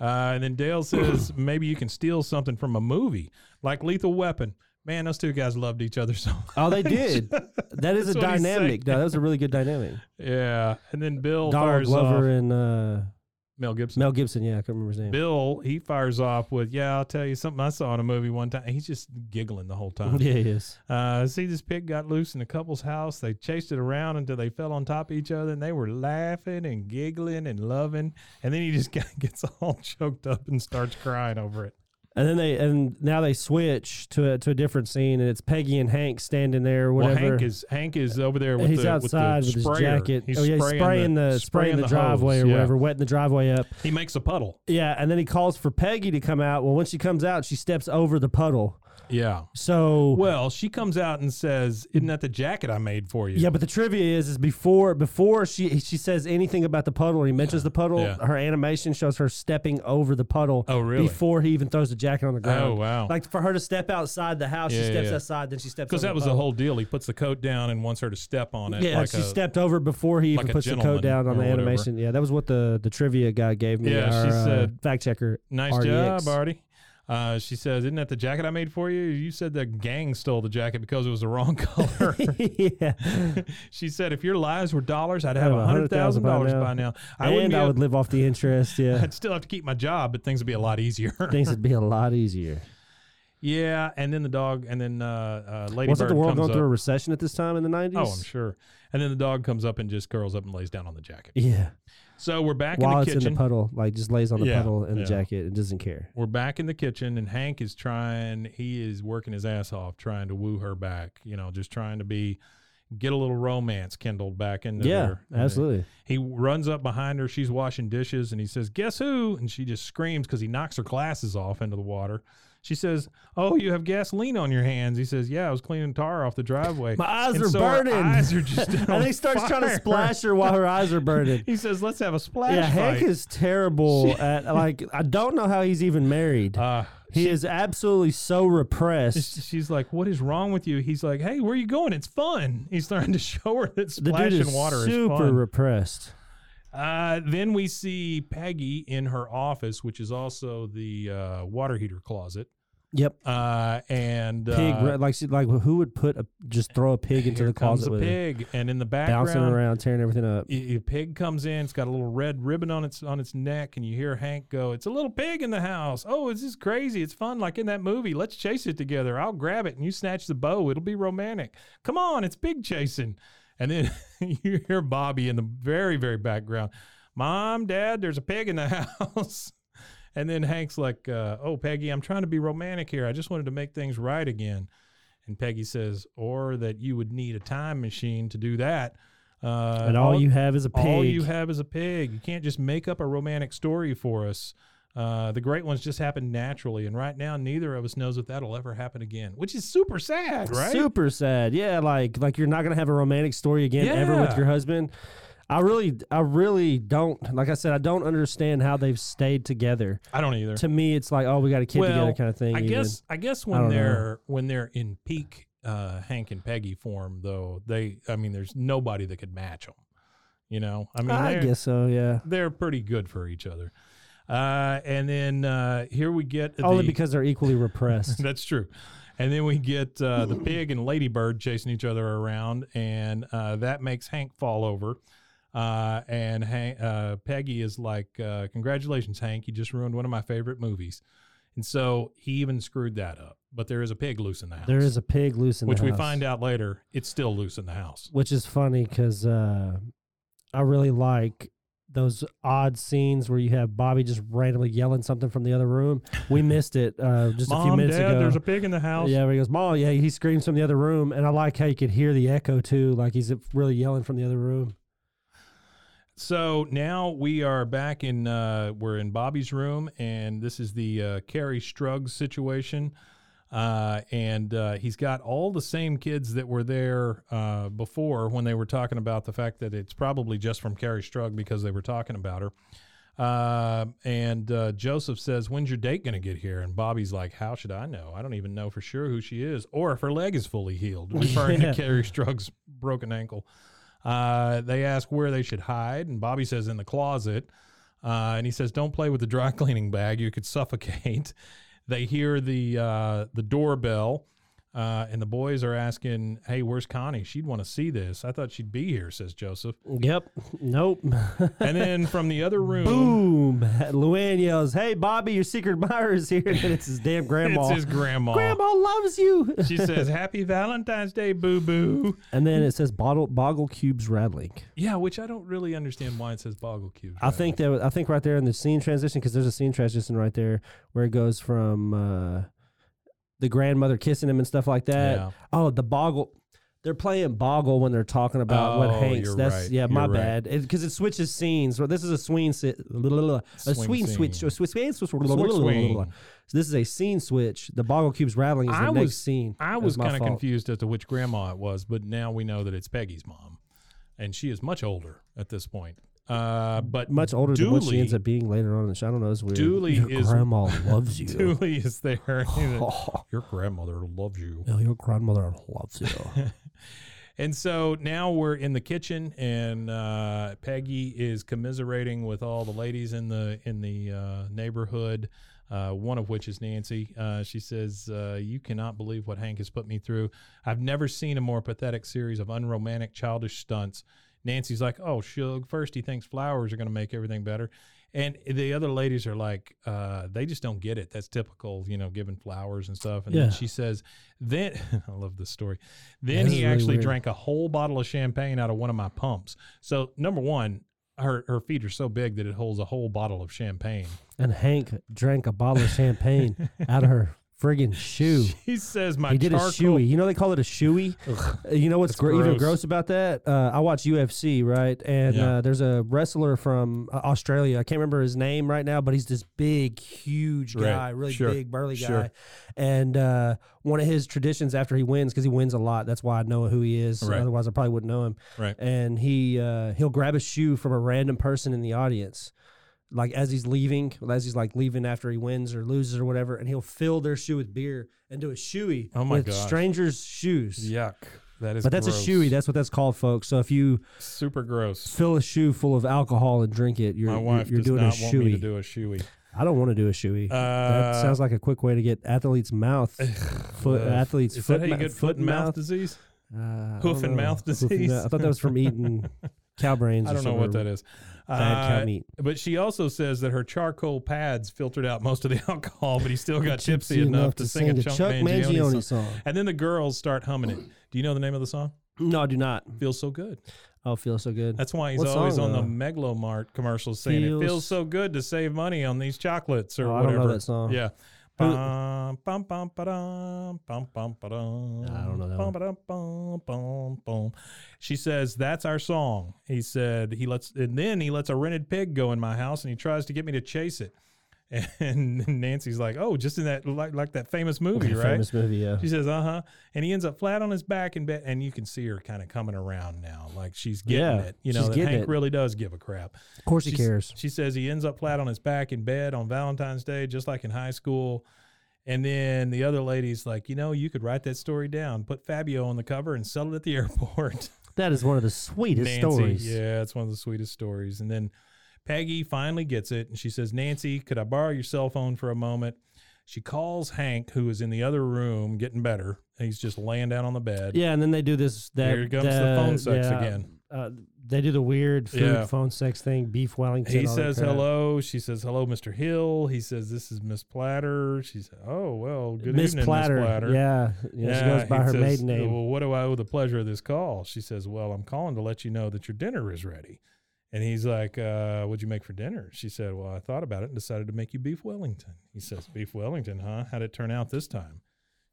[SPEAKER 2] Uh, and then Dale says maybe you can steal something from a movie like Lethal Weapon. Man, those two guys loved each other so.
[SPEAKER 3] oh, they did. That is a
[SPEAKER 2] That's what he's saying.
[SPEAKER 3] dynamic. No, that was a really good dynamic.
[SPEAKER 2] Yeah. And then Bill
[SPEAKER 3] Donald
[SPEAKER 2] fires
[SPEAKER 3] Glover
[SPEAKER 2] off
[SPEAKER 3] and uh,
[SPEAKER 2] Mel Gibson.
[SPEAKER 3] Mel Gibson. Yeah, I can not remember his name.
[SPEAKER 2] Bill he fires off with yeah I'll tell you something I saw in a movie one time. He's just giggling the whole time.
[SPEAKER 3] Yeah, he is.
[SPEAKER 2] Uh, see, this pig got loose in a couple's house. They chased it around until they fell on top of each other, and they were laughing and giggling and loving. And then he just got, gets all choked up and starts crying over it.
[SPEAKER 3] And then they and now they switch to a, to a different scene, and it's Peggy and Hank standing there. Whatever.
[SPEAKER 2] Well, Hank is Hank is over there with
[SPEAKER 3] he's
[SPEAKER 2] the,
[SPEAKER 3] outside with,
[SPEAKER 2] the
[SPEAKER 3] his
[SPEAKER 2] sprayer.
[SPEAKER 3] jacket. oh yeah, he's spraying the, spraying the, driveway
[SPEAKER 2] hose,
[SPEAKER 3] or
[SPEAKER 2] yeah.
[SPEAKER 3] whatever, wetting the driveway up.
[SPEAKER 2] He makes a puddle.
[SPEAKER 3] Yeah, and then he calls for Peggy to come out. Well, when she comes out, she steps over the puddle.
[SPEAKER 2] Yeah.
[SPEAKER 3] So
[SPEAKER 2] Well, she comes out and says, "Isn't that the jacket I made for you?"
[SPEAKER 3] yeah, but the trivia is is before before she she says anything about the puddle, or he mentions the puddle.
[SPEAKER 2] Yeah.
[SPEAKER 3] Her animation shows her stepping over the puddle.
[SPEAKER 2] Oh, really?
[SPEAKER 3] Before he even throws the jacket on the ground.
[SPEAKER 2] Oh, wow.
[SPEAKER 3] Like for her to step outside the house,
[SPEAKER 2] Yeah,
[SPEAKER 3] she
[SPEAKER 2] yeah,
[SPEAKER 3] steps
[SPEAKER 2] yeah.
[SPEAKER 3] outside, then she steps
[SPEAKER 2] Because
[SPEAKER 3] over
[SPEAKER 2] that was the
[SPEAKER 3] puddle.
[SPEAKER 2] whole deal. He puts the coat down and wants her to step on it.
[SPEAKER 3] uh, Yeah,
[SPEAKER 2] like
[SPEAKER 3] she
[SPEAKER 2] a-
[SPEAKER 3] stepped over before he even
[SPEAKER 2] like a
[SPEAKER 3] puts the
[SPEAKER 2] gentleman
[SPEAKER 3] coat down on
[SPEAKER 2] or
[SPEAKER 3] the
[SPEAKER 2] whatever.
[SPEAKER 3] animation. Yeah, that was what the the trivia guy gave me.
[SPEAKER 2] Yeah, she
[SPEAKER 3] our, uh,
[SPEAKER 2] said-
[SPEAKER 3] fact checker.
[SPEAKER 2] Nice
[SPEAKER 3] RDX.
[SPEAKER 2] job, Artie. Uh, she says, "Isn't that the jacket I made for you? You said the gang stole the jacket because it was the wrong color."
[SPEAKER 3] E yeah,
[SPEAKER 2] she said, "If your lives were dollars, I'd have
[SPEAKER 3] have
[SPEAKER 2] a hundred
[SPEAKER 3] $100,000
[SPEAKER 2] thousand
[SPEAKER 3] by
[SPEAKER 2] dollars
[SPEAKER 3] now.
[SPEAKER 2] by now. I
[SPEAKER 3] I and
[SPEAKER 2] wouldn't. Be
[SPEAKER 3] I
[SPEAKER 2] able-
[SPEAKER 3] would live off the interest. Yeah,
[SPEAKER 2] I'd still have to keep my job, but things would be a lot easier."
[SPEAKER 3] things would be a lot easier.
[SPEAKER 2] yeah, and then the dog, and then uh, uh, Lady
[SPEAKER 3] Wasn't the
[SPEAKER 2] Bird
[SPEAKER 3] world
[SPEAKER 2] comes
[SPEAKER 3] going
[SPEAKER 2] up.
[SPEAKER 3] through a recession at this time in the nineties?
[SPEAKER 2] Oh, I'm sure. And then the dog comes up and just curls up and lays down on the jacket.
[SPEAKER 3] Yeah,
[SPEAKER 2] So we're back
[SPEAKER 3] while
[SPEAKER 2] in
[SPEAKER 3] it's
[SPEAKER 2] the kitchen.
[SPEAKER 3] in the puddle, like just lays on the
[SPEAKER 2] Yeah,
[SPEAKER 3] puddle in
[SPEAKER 2] yeah.
[SPEAKER 3] the jacket and doesn't care.
[SPEAKER 2] we're back in the kitchen, and Hank is trying. He is working his ass off trying to woo her back. You know, just trying to be get a little romance kindled back into
[SPEAKER 3] yeah,
[SPEAKER 2] her. And
[SPEAKER 3] absolutely.
[SPEAKER 2] He runs up behind her. She's washing dishes, and he says, "Guess who?" And she just screams because he knocks her glasses off into the water. She says, "Oh, you have gasoline on your hands." He says, "Yeah, I was cleaning tar off the driveway.
[SPEAKER 3] My eyes
[SPEAKER 2] And
[SPEAKER 3] are
[SPEAKER 2] so her
[SPEAKER 3] burning.
[SPEAKER 2] eyes are just on
[SPEAKER 3] and he starts trying to
[SPEAKER 2] fire.
[SPEAKER 3] splash her while her eyes are burning.
[SPEAKER 2] He says, "Let's have a splash
[SPEAKER 3] yeah,
[SPEAKER 2] fight."
[SPEAKER 3] Hank is terrible at like. I don't know how he's even married.
[SPEAKER 2] Uh,
[SPEAKER 3] He is absolutely so repressed.
[SPEAKER 2] she's like, "What is wrong with you?" He's like, "Hey, where are you going? It's fun." He's trying to show her that
[SPEAKER 3] The dude
[SPEAKER 2] splashing
[SPEAKER 3] is
[SPEAKER 2] water
[SPEAKER 3] super
[SPEAKER 2] is fun.
[SPEAKER 3] repressed.
[SPEAKER 2] uh, then we see Peggy in her office, which is also the uh, water heater closet.
[SPEAKER 3] Yep.
[SPEAKER 2] Uh, and
[SPEAKER 3] Pig,
[SPEAKER 2] uh,
[SPEAKER 3] re- like she, like who would put a just throw a pig into
[SPEAKER 2] here
[SPEAKER 3] the
[SPEAKER 2] comes
[SPEAKER 3] closet
[SPEAKER 2] a
[SPEAKER 3] with her?
[SPEAKER 2] pig, and in the
[SPEAKER 3] bouncing
[SPEAKER 2] background,
[SPEAKER 3] around, tearing everything up.
[SPEAKER 2] a a pig comes in. It's got a little red ribbon on its on its neck, and you hear Hank go, "It's a little pig in the house. Oh, this is crazy. It's fun, like in that movie. Let's chase it together. I'll grab it, and you snatch the bow. It'll be romantic. Come on, it's pig chasing." And then you hear Bobby in the very very background, "Mom, Dad, there's a pig in the house." And then Hank's like, uh, "Oh, Peggy, I'm trying to be romantic here. I just wanted to make things right again." And Peggy says, "Or that you would need a time machine to do that." Uh,
[SPEAKER 3] and all you have is a pig.
[SPEAKER 2] all you have is a pig. You can't just make up a romantic story for us. Uh, the great ones just happened naturally, and right now, neither of us knows if that'll ever happen again, which is super sad, right?
[SPEAKER 3] Super sad. Yeah, like like you're not gonna have a romantic story again ever with
[SPEAKER 2] Yeah.
[SPEAKER 3] your husband. I really, I really don't. Like I said, I don't understand how they've stayed together.
[SPEAKER 2] I don't either.
[SPEAKER 3] To me, it's like, oh, we got a kid together kind of thing.
[SPEAKER 2] I
[SPEAKER 3] even.
[SPEAKER 2] guess I guess
[SPEAKER 3] don't
[SPEAKER 2] when
[SPEAKER 3] know.
[SPEAKER 2] they're when they're in peak uh, Hank and Peggy form, though, they I mean, there's nobody that could match them. You know, I mean,
[SPEAKER 3] I
[SPEAKER 2] they're-
[SPEAKER 3] guess so. Yeah.
[SPEAKER 2] they're pretty good for each other. Uh, and then uh, here we get
[SPEAKER 3] Only
[SPEAKER 2] the-
[SPEAKER 3] because they're equally repressed.
[SPEAKER 2] That's true. And then we get uh,
[SPEAKER 3] Hmm.
[SPEAKER 2] the pig and ladybird chasing each other around, and uh, that makes Hank fall over. Uh, and Hank, uh, Peggy is like, uh, "Congratulations, Hank! You just ruined one of my favorite movies." And so he even screwed that up. But there is a pig loose in the house.
[SPEAKER 3] there is a pig loose in
[SPEAKER 2] which
[SPEAKER 3] the
[SPEAKER 2] we
[SPEAKER 3] house.
[SPEAKER 2] find out later. It's still loose in the house.
[SPEAKER 3] which is funny because uh, I really like those odd scenes where you have Bobby just randomly yelling something from the other room. We missed it uh, just a few
[SPEAKER 2] Mom,
[SPEAKER 3] minutes
[SPEAKER 2] Dad,
[SPEAKER 3] ago.
[SPEAKER 2] there's a pig in the house.
[SPEAKER 3] yeah, where he goes, "Mom!" Yeah, he screams from the other room, and I like how you could hear the echo too. Like he's really yelling from the other room.
[SPEAKER 2] So now we are back in uh, we're in Bobby's room, and this is the uh, Carrie Strug situation. Uh, and uh, he's got all the same kids that were there uh, before when they were talking about the fact that it's probably just from Carrie Strug because they were talking about her. Uh, and uh, Joseph says, "When's your date going to get here?" And Bobby's like, "How should I know? I don't even know for sure who she is, or if her leg is fully healed." Referring
[SPEAKER 3] Yeah.
[SPEAKER 2] to Carrie Strug's broken ankle. Uh, they ask where they should hide, and Bobby says in the closet. Uh, and he says, "Don't play with the dry cleaning bag; you could suffocate." they hear the uh, the doorbell. Uh, and the boys are asking, "Hey, where's Connie? She'd want to see this. I thought she'd be here," says Joseph.
[SPEAKER 3] Yep. Nope.
[SPEAKER 2] And then from the other room,
[SPEAKER 3] Boom. Luann yells, Hey, Bobby, your secret admirer is here. And it's his damn grandma.
[SPEAKER 2] it's his grandma.
[SPEAKER 3] grandma loves you.
[SPEAKER 2] She says, "Happy Valentine's Day, boo boo."
[SPEAKER 3] and then it says bottle, Boggle Cubes Radlink.
[SPEAKER 2] Yeah, which I don't really understand why it says Boggle Cubes.
[SPEAKER 3] I
[SPEAKER 2] right?
[SPEAKER 3] think that I think right there in the scene transition because there's a scene transition right there where it goes from uh, the grandmother kissing him and stuff like that.
[SPEAKER 2] Yeah.
[SPEAKER 3] Oh, the boggle. They're playing boggle when they're talking about what
[SPEAKER 2] Oh,
[SPEAKER 3] Hanks.
[SPEAKER 2] you're
[SPEAKER 3] That's
[SPEAKER 2] right.
[SPEAKER 3] yeah, my
[SPEAKER 2] You're right.
[SPEAKER 3] bad. Because it, switches scenes. Well, this is a swing, si- a
[SPEAKER 2] Swing
[SPEAKER 3] swing
[SPEAKER 2] scene.
[SPEAKER 3] switch. A switch, switch, switch,
[SPEAKER 2] swing.
[SPEAKER 3] So this is a scene switch. The boggle cubes rattling is the
[SPEAKER 2] I
[SPEAKER 3] next
[SPEAKER 2] was-
[SPEAKER 3] scene.
[SPEAKER 2] I
[SPEAKER 3] That's
[SPEAKER 2] was
[SPEAKER 3] my
[SPEAKER 2] kind of
[SPEAKER 3] fault.
[SPEAKER 2] confused as to which grandma it was, but now we know that it's Peggy's mom, and she is much older at this point. Uh, but
[SPEAKER 3] Much older
[SPEAKER 2] Dooley,
[SPEAKER 3] than what she ends up being later on in the show. I don't know. It's weird.
[SPEAKER 2] Dooley
[SPEAKER 3] Your
[SPEAKER 2] is-
[SPEAKER 3] grandma loves you.
[SPEAKER 2] Dooley is there. Your grandmother loves you.
[SPEAKER 3] No, your grandmother loves you.
[SPEAKER 2] And so now we're in the kitchen, and uh, Peggy is commiserating with all the ladies in the in the uh, neighborhood. Uh, one of which is Nancy. Uh, she says, uh, "You cannot believe what Hank has put me through. I've never seen a more pathetic series of unromantic, childish stunts." Nancy's like, "Oh, shug. First, he thinks flowers are going to make everything better." And the other ladies are like, uh, they just don't get it. That's typical, you know, giving flowers and stuff. And
[SPEAKER 3] Yeah.
[SPEAKER 2] then she says, then I love this story. Then
[SPEAKER 3] This
[SPEAKER 2] he
[SPEAKER 3] is really
[SPEAKER 2] actually
[SPEAKER 3] weird.
[SPEAKER 2] drank a whole bottle of champagne out of one of my pumps. So number one, her her feet are so big that it holds a whole bottle of champagne.
[SPEAKER 3] and Hank drank a bottle of champagne out of her friggin' shoe.
[SPEAKER 2] He says my
[SPEAKER 3] He did a
[SPEAKER 2] charcoal.
[SPEAKER 3] shoey. You know they call it a shoey. Uh, You know what's
[SPEAKER 2] That's
[SPEAKER 3] gr- even
[SPEAKER 2] gross.
[SPEAKER 3] gross about that? Uh, I watch UFC, right? And
[SPEAKER 2] Yeah.
[SPEAKER 3] uh, there's a wrestler from uh, Australia. I can't remember his name right now, but he's this big, huge
[SPEAKER 2] Right.
[SPEAKER 3] guy, really
[SPEAKER 2] Sure.
[SPEAKER 3] big, burly guy.
[SPEAKER 2] Sure.
[SPEAKER 3] And uh, one of his traditions after he wins, because he wins a lot, that's why I know who he is.
[SPEAKER 2] Right.
[SPEAKER 3] Otherwise, I probably wouldn't know him.
[SPEAKER 2] Right.
[SPEAKER 3] And he uh, he'll grab a shoe from a random person in the audience like as he's leaving, as he's like leaving after he wins or loses or whatever, and he'll fill their shoe with beer and do a shoey
[SPEAKER 2] Oh my
[SPEAKER 3] with
[SPEAKER 2] gosh.
[SPEAKER 3] strangers' shoes.
[SPEAKER 2] Yuck. That is
[SPEAKER 3] But that's
[SPEAKER 2] gross.
[SPEAKER 3] a shoey. That's what that's called, folks. So if you
[SPEAKER 2] super gross.
[SPEAKER 3] fill a shoe full of alcohol and drink it, you're
[SPEAKER 2] My wife
[SPEAKER 3] you're
[SPEAKER 2] does
[SPEAKER 3] doing
[SPEAKER 2] not
[SPEAKER 3] a
[SPEAKER 2] want me to
[SPEAKER 3] shoey.
[SPEAKER 2] do a shoey.
[SPEAKER 3] I don't want to do a shoey.
[SPEAKER 2] Uh,
[SPEAKER 3] that sounds like a quick way to get athlete's mouth, foot
[SPEAKER 2] uh,
[SPEAKER 3] athlete's
[SPEAKER 2] Is
[SPEAKER 3] foot,
[SPEAKER 2] that how you get foot and mouth disease?
[SPEAKER 3] Uh, I
[SPEAKER 2] Hoof
[SPEAKER 3] don't
[SPEAKER 2] and
[SPEAKER 3] know.
[SPEAKER 2] mouth
[SPEAKER 3] Hoof and
[SPEAKER 2] disease?
[SPEAKER 3] mouth. I thought that was from eating cow brains.
[SPEAKER 2] I
[SPEAKER 3] or
[SPEAKER 2] don't know
[SPEAKER 3] something,
[SPEAKER 2] what
[SPEAKER 3] or
[SPEAKER 2] that is.
[SPEAKER 3] Bad cow
[SPEAKER 2] Uh,
[SPEAKER 3] meat.
[SPEAKER 2] But she also says that her charcoal pads filtered out most of the alcohol, but he still got
[SPEAKER 3] Tipsy
[SPEAKER 2] tipsy enough, to sing a Chuck, Mangione, song.
[SPEAKER 3] song.
[SPEAKER 2] And then the girls start humming it. Do you know the name of the song?
[SPEAKER 3] No, I do not.
[SPEAKER 2] Feels so good.
[SPEAKER 3] Oh, feels so good.
[SPEAKER 2] That's why he's
[SPEAKER 3] What
[SPEAKER 2] always on
[SPEAKER 3] song,
[SPEAKER 2] the
[SPEAKER 3] though?
[SPEAKER 2] Megalomart commercials saying
[SPEAKER 3] Feels-
[SPEAKER 2] it feels so good to save money on these chocolates or
[SPEAKER 3] Oh, I don't know
[SPEAKER 2] whatever.
[SPEAKER 3] that song.
[SPEAKER 2] Yeah.
[SPEAKER 3] Who-
[SPEAKER 2] Bum, bum, bum, ba-dum, bum, bum, ba-dum,
[SPEAKER 3] I don't know that
[SPEAKER 2] bum,
[SPEAKER 3] one.
[SPEAKER 2] ba-dum, bum, bum, bum. She says, That's our song. He said, He lets, and then he lets a rented pig go in my house and he tries to get me to chase it. And Nancy's like, Oh, just in that, like, like that famous movie, right?
[SPEAKER 3] Famous movie, yeah.
[SPEAKER 2] She says, "Uh huh," and he ends up flat on his back in bed, and you can see her kind of coming around now, like she's getting
[SPEAKER 3] Yeah,
[SPEAKER 2] it. You
[SPEAKER 3] she's
[SPEAKER 2] know, that
[SPEAKER 3] getting
[SPEAKER 2] Hank
[SPEAKER 3] it.
[SPEAKER 2] really does give a crap.
[SPEAKER 3] Of course, he
[SPEAKER 2] She's-
[SPEAKER 3] cares.
[SPEAKER 2] She says he ends up flat on his back in bed on Valentine's Day, just like in high school. And then the other lady's like, you know, you could write that story down, put Fabio on the cover, and sell it at the airport.
[SPEAKER 3] That is one of the sweetest stories.
[SPEAKER 2] Yeah, it's one of the sweetest stories. And then Peggy finally gets it and she says, Nancy, could I borrow your cell phone for a moment? She calls Hank, who is in the other room getting better. And he's just laying down on the bed.
[SPEAKER 3] Yeah, and then they do this. That,
[SPEAKER 2] Here comes the
[SPEAKER 3] that-
[SPEAKER 2] phone sex
[SPEAKER 3] yeah,
[SPEAKER 2] again.
[SPEAKER 3] Uh, they do the weird food
[SPEAKER 2] Yeah.
[SPEAKER 3] phone sex thing. Beef Wellington.
[SPEAKER 2] He
[SPEAKER 3] all that
[SPEAKER 2] says
[SPEAKER 3] crap.
[SPEAKER 2] hello. She says hello, Mr. Hill. He says this is Miss Platter. She says, "Oh well, good
[SPEAKER 3] Miss
[SPEAKER 2] evening,
[SPEAKER 3] Platter.
[SPEAKER 2] Miss Platter."
[SPEAKER 3] Yeah, you know, she
[SPEAKER 2] Yeah,
[SPEAKER 3] goes by
[SPEAKER 2] he
[SPEAKER 3] her
[SPEAKER 2] says,
[SPEAKER 3] maiden name.
[SPEAKER 2] Well, what do I owe the pleasure of this call? She says, Well, I'm calling to let you know that your dinner is ready. And he's like, uh, What'd you make for dinner? She said, Well, I thought about it and decided to make you beef Wellington. He says, Beef Wellington, huh? How'd it turn out this time?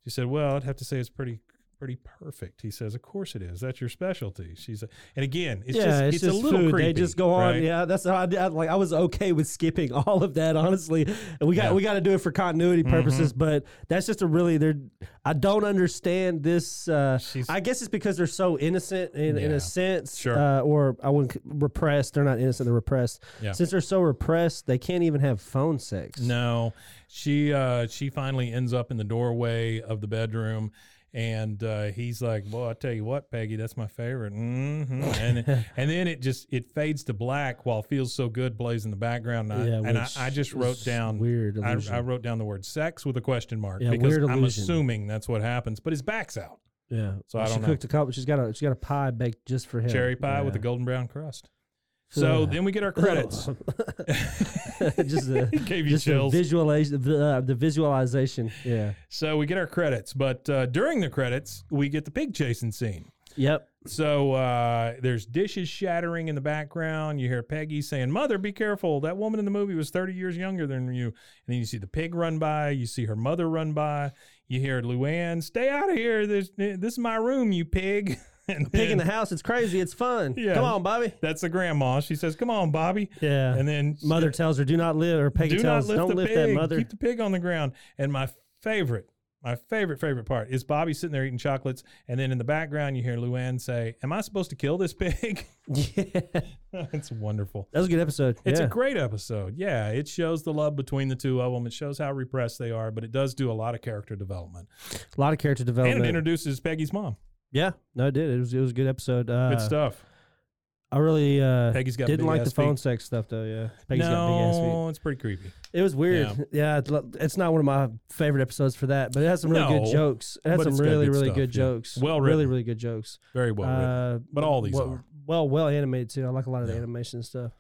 [SPEAKER 2] She said, Well, I'd have to say it's pretty pretty perfect. He says, Of course it is. That's your specialty. She's a, and again, it's
[SPEAKER 3] yeah,
[SPEAKER 2] just
[SPEAKER 3] it's,
[SPEAKER 2] it's, a
[SPEAKER 3] just
[SPEAKER 2] little
[SPEAKER 3] food.
[SPEAKER 2] creepy.
[SPEAKER 3] they just go on.
[SPEAKER 2] right?
[SPEAKER 3] Yeah, that's how I did. I- Like I was okay with skipping all of that, honestly. And we got
[SPEAKER 2] Yeah. Mm-hmm.
[SPEAKER 3] we got to do it for continuity purposes, but that's just a really. They're I don't understand this. Uh,
[SPEAKER 2] She's-
[SPEAKER 3] I guess it's because they're so innocent in, in
[SPEAKER 2] Yeah.
[SPEAKER 3] a sense,
[SPEAKER 2] Sure.
[SPEAKER 3] uh, or I wouldn't c- repressed. They're not innocent. They're repressed.
[SPEAKER 2] Yeah.
[SPEAKER 3] Since they're so repressed, they can't even have phone sex.
[SPEAKER 2] No, she uh, she finally ends up in the doorway of the bedroom, And uh, he's like, "Well, I tell you what, Peggy, that's my favorite." hmm And and then it just it fades to black while "Feels So Good" plays in the background. And, I,
[SPEAKER 3] Yeah,
[SPEAKER 2] and I,
[SPEAKER 3] which
[SPEAKER 2] I just wrote
[SPEAKER 3] is
[SPEAKER 2] down
[SPEAKER 3] weird
[SPEAKER 2] I,
[SPEAKER 3] illusion.
[SPEAKER 2] I wrote down the word "sex" with a question mark
[SPEAKER 3] Yeah,
[SPEAKER 2] because
[SPEAKER 3] weird
[SPEAKER 2] I'm
[SPEAKER 3] illusion.
[SPEAKER 2] assuming that's what happens. But his back's out,
[SPEAKER 3] Yeah.
[SPEAKER 2] So I
[SPEAKER 3] she
[SPEAKER 2] don't know.
[SPEAKER 3] cooked a couple. She's got a she's got a pie baked just for him.
[SPEAKER 2] cherry pie with a
[SPEAKER 3] Yeah.
[SPEAKER 2] golden brown crust. So
[SPEAKER 3] Yeah.
[SPEAKER 2] then we get our credits.
[SPEAKER 3] just a,
[SPEAKER 2] Gave you
[SPEAKER 3] just the
[SPEAKER 2] chills.
[SPEAKER 3] visualization. The, uh, the visualization. Yeah.
[SPEAKER 2] So we get our credits, but uh, during the credits, we get the pig chasing scene.
[SPEAKER 3] Yep.
[SPEAKER 2] So uh, there's dishes shattering in the background. You hear Peggy saying, "Mother, be careful! That woman in the movie was 30 years younger than you." And then you see the pig run by. You see her mother run by. You hear Luann, "Stay out of here! This, this is my room, you pig!" And
[SPEAKER 3] Pig in the
[SPEAKER 2] then
[SPEAKER 3] house. It's crazy. It's fun.
[SPEAKER 2] Yeah.
[SPEAKER 3] Come on, Bobby.
[SPEAKER 2] That's the grandma. She says, "Come on, Bobby!"
[SPEAKER 3] Yeah.
[SPEAKER 2] And then
[SPEAKER 3] mother tells her, "Do not live." Or Peggy
[SPEAKER 2] do
[SPEAKER 3] tells,
[SPEAKER 2] not lift
[SPEAKER 3] "Don't
[SPEAKER 2] the
[SPEAKER 3] lift
[SPEAKER 2] pig.
[SPEAKER 3] that mother."
[SPEAKER 2] Keep the pig on the ground. And my favorite, my favorite, favorite part is Bobby sitting there eating chocolates, and then in the background you hear Luann say, "Am I supposed to kill this pig?"
[SPEAKER 3] yeah.
[SPEAKER 2] it's wonderful.
[SPEAKER 3] That was a good episode.
[SPEAKER 2] It's
[SPEAKER 3] yeah.
[SPEAKER 2] a great episode. Yeah, it shows the love between the two of them. It shows how repressed they are, but it does do a lot of character development.
[SPEAKER 3] a lot of character
[SPEAKER 2] and
[SPEAKER 3] development.
[SPEAKER 2] it introduces Peggy's mom.
[SPEAKER 3] yeah. No, it did. It was it was a good episode. Uh,
[SPEAKER 2] Good stuff.
[SPEAKER 3] I really uh,
[SPEAKER 2] Peggy's got
[SPEAKER 3] didn't
[SPEAKER 2] big
[SPEAKER 3] like
[SPEAKER 2] ass
[SPEAKER 3] the phone
[SPEAKER 2] feet.
[SPEAKER 3] sex stuff though. Yeah. Peggy's got big ass feet.
[SPEAKER 2] No, it's pretty creepy.
[SPEAKER 3] It was weird.
[SPEAKER 2] Yeah.
[SPEAKER 3] Yeah, it's, lo- it's not one of my favorite episodes for that, but it has some really
[SPEAKER 2] No,
[SPEAKER 3] good jokes. It has
[SPEAKER 2] but
[SPEAKER 3] some
[SPEAKER 2] it's got
[SPEAKER 3] really,
[SPEAKER 2] good
[SPEAKER 3] really
[SPEAKER 2] stuff,
[SPEAKER 3] good
[SPEAKER 2] yeah.
[SPEAKER 3] jokes.
[SPEAKER 2] Well
[SPEAKER 3] really,
[SPEAKER 2] written.
[SPEAKER 3] really good jokes.
[SPEAKER 2] Very well written.
[SPEAKER 3] uh,
[SPEAKER 2] But all these
[SPEAKER 3] well,
[SPEAKER 2] are.
[SPEAKER 3] well, well animated too. I like a lot of the
[SPEAKER 2] Yeah.
[SPEAKER 3] animation and stuff.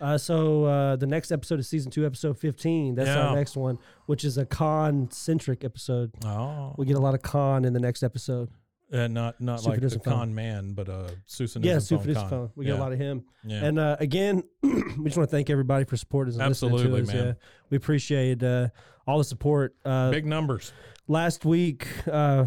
[SPEAKER 3] Uh, so uh, the next episode is season two, episode fifteen. That's
[SPEAKER 2] Yeah.
[SPEAKER 3] our next one, which is a con centric episode.
[SPEAKER 2] Oh,
[SPEAKER 3] We get a lot of con in the next episode.
[SPEAKER 2] uh, not not like the
[SPEAKER 3] Suffonism phone.
[SPEAKER 2] con man, but uh, Susan.
[SPEAKER 3] yeah,
[SPEAKER 2] is a phone
[SPEAKER 3] Sufis
[SPEAKER 2] con.
[SPEAKER 3] phone. We
[SPEAKER 2] yeah.
[SPEAKER 3] get a lot of him.
[SPEAKER 2] Yeah.
[SPEAKER 3] And uh, again, we just want to thank everybody for supporting us. and listening to
[SPEAKER 2] Absolutely,
[SPEAKER 3] us.
[SPEAKER 2] man.
[SPEAKER 3] Yeah. we appreciate uh, all the support. Uh,
[SPEAKER 2] big numbers.
[SPEAKER 3] last week uh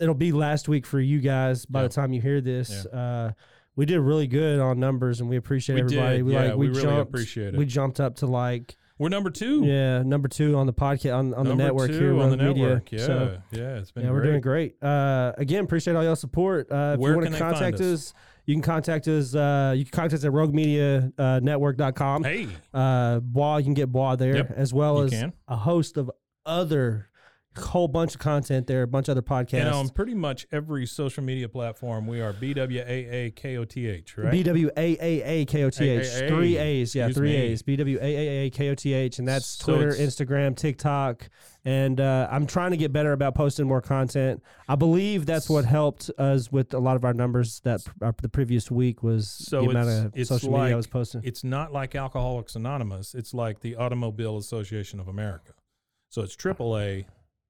[SPEAKER 3] it'll be last week for you guys by
[SPEAKER 2] Yeah.
[SPEAKER 3] the time you hear this uh we did really good on numbers and we appreciate
[SPEAKER 2] We
[SPEAKER 3] everybody
[SPEAKER 2] did,
[SPEAKER 3] we
[SPEAKER 2] yeah,
[SPEAKER 3] like we,
[SPEAKER 2] we really
[SPEAKER 3] jumped
[SPEAKER 2] appreciate it.
[SPEAKER 3] we jumped up to like
[SPEAKER 2] We're number two.
[SPEAKER 3] yeah number two on the podcast on, on the
[SPEAKER 2] Number
[SPEAKER 3] network
[SPEAKER 2] two
[SPEAKER 3] here
[SPEAKER 2] on the
[SPEAKER 3] Rogue Media.
[SPEAKER 2] network. Yeah,
[SPEAKER 3] So,
[SPEAKER 2] yeah, it's been
[SPEAKER 3] yeah we're
[SPEAKER 2] great.
[SPEAKER 3] doing great uh again appreciate all y'all support uh if
[SPEAKER 2] Where
[SPEAKER 3] you want
[SPEAKER 2] can
[SPEAKER 3] to
[SPEAKER 2] they find
[SPEAKER 3] contact
[SPEAKER 2] us?
[SPEAKER 3] us? you can contact us uh you can contact us at rogue media uh network.com
[SPEAKER 2] Hey,
[SPEAKER 3] uh Bois, you can get Bois there
[SPEAKER 2] Yep,
[SPEAKER 3] as well
[SPEAKER 2] you
[SPEAKER 3] as
[SPEAKER 2] can.
[SPEAKER 3] a host of other whole bunch of content there, a bunch of other podcasts.
[SPEAKER 2] and on pretty much every social media platform, we are BWAAKOTH, right?
[SPEAKER 3] B W A A A K O T
[SPEAKER 2] A- A- A.
[SPEAKER 3] H. Three A's. Yeah,
[SPEAKER 2] Excuse
[SPEAKER 3] three
[SPEAKER 2] me.
[SPEAKER 3] A's. B W A A A K O T H. And that's
[SPEAKER 2] So
[SPEAKER 3] Twitter,
[SPEAKER 2] it's-
[SPEAKER 3] Instagram, TikTok. And uh, I'm trying to get better about posting more content. I believe that's what helped us with a lot of our numbers that pr- uh, the previous week was
[SPEAKER 2] so
[SPEAKER 3] the amount
[SPEAKER 2] it's,
[SPEAKER 3] of
[SPEAKER 2] it's
[SPEAKER 3] social
[SPEAKER 2] like,
[SPEAKER 3] media I was posting.
[SPEAKER 2] It's not like Alcoholics Anonymous. It's like the Automobile Association of America. So it's AAA,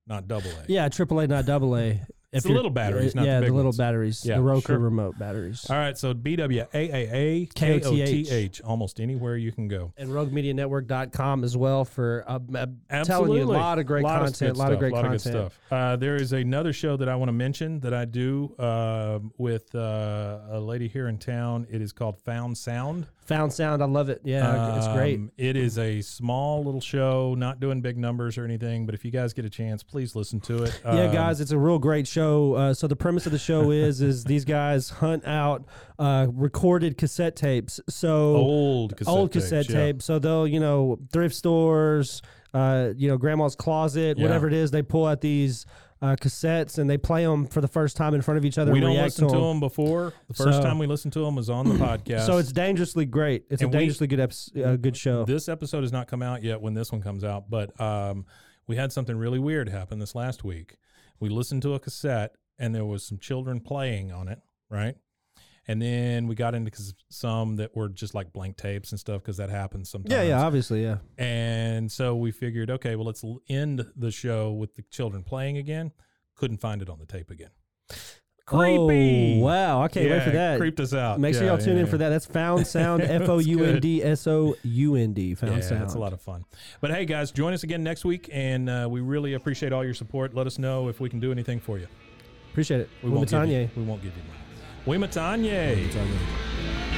[SPEAKER 2] not double A.
[SPEAKER 3] yeah, triple A, not double A.
[SPEAKER 2] It's
[SPEAKER 3] If
[SPEAKER 2] the
[SPEAKER 3] you're-
[SPEAKER 2] little batteries, not the
[SPEAKER 3] yeah,
[SPEAKER 2] big
[SPEAKER 3] little
[SPEAKER 2] ones.
[SPEAKER 3] batteries,
[SPEAKER 2] Yeah,
[SPEAKER 3] the Roku
[SPEAKER 2] sure.
[SPEAKER 3] remote batteries.
[SPEAKER 2] All right. So BWAAAKOTH,
[SPEAKER 3] K-O-T-H.
[SPEAKER 2] almost anywhere you can go.
[SPEAKER 3] and roguemedianetwork.com as well for um, I'm telling
[SPEAKER 2] Absolutely.
[SPEAKER 3] you a lot of great content, a lot of great content.
[SPEAKER 2] Uh, there is another show that I want to mention that I do um with uh, a lady here in town. It is called Found Sound.
[SPEAKER 3] Found sound, I love it. Yeah, it's great.
[SPEAKER 2] Um, It is a small little show, not doing big numbers or anything, but if you guys get a chance, please listen to it.
[SPEAKER 3] yeah,
[SPEAKER 2] Um,
[SPEAKER 3] guys, it's a real great show. Uh, so the premise of the show is is these guys hunt out uh, recorded cassette tapes. So
[SPEAKER 2] Old cassette
[SPEAKER 3] old cassette
[SPEAKER 2] tapes, yeah.
[SPEAKER 3] tape. So they'll, you know, thrift stores, uh, you know, grandma's closet,
[SPEAKER 2] Yeah.
[SPEAKER 3] whatever it is, they pull out these uh, cassettes and they play them for the first time in front of each other.
[SPEAKER 2] We
[SPEAKER 3] and
[SPEAKER 2] don't
[SPEAKER 3] react
[SPEAKER 2] listen to
[SPEAKER 3] to
[SPEAKER 2] them.
[SPEAKER 3] 'em.
[SPEAKER 2] before. The first
[SPEAKER 3] So-
[SPEAKER 2] time we listened to them was on the podcast.
[SPEAKER 3] So it's dangerously great. It's
[SPEAKER 2] And
[SPEAKER 3] a
[SPEAKER 2] we-
[SPEAKER 3] dangerously good episode, uh, good show.
[SPEAKER 2] this episode has not come out yet when this one comes out, but um, we had something really weird happen this last week. We listened to a cassette and there was some children playing on it, right? And then we got into cas- some that were just like blank tapes and stuff because that happens sometimes.
[SPEAKER 3] yeah, yeah, obviously, yeah.
[SPEAKER 2] And so we figured, okay, well, let's l- end the show with the children playing again. Couldn't find it on the tape again. Creepy.
[SPEAKER 3] Oh, wow, I can't wait for
[SPEAKER 2] Yeah,
[SPEAKER 3] that.
[SPEAKER 2] Creeped us out.
[SPEAKER 3] Make sure
[SPEAKER 2] Yeah,
[SPEAKER 3] y'all tune
[SPEAKER 2] yeah,
[SPEAKER 3] in for
[SPEAKER 2] yeah.
[SPEAKER 3] that. That's Found Sound, F O U N D S O U N D. Found
[SPEAKER 2] Yeah,
[SPEAKER 3] Sound.
[SPEAKER 2] that's a lot of fun. But hey, guys, join us again next week, and uh, we really appreciate all your support. Let us know if we can do anything for you.
[SPEAKER 3] Appreciate it.
[SPEAKER 2] We
[SPEAKER 3] Uma
[SPEAKER 2] won't give you.
[SPEAKER 3] Tanye.
[SPEAKER 2] We won't give you money. We Matanye.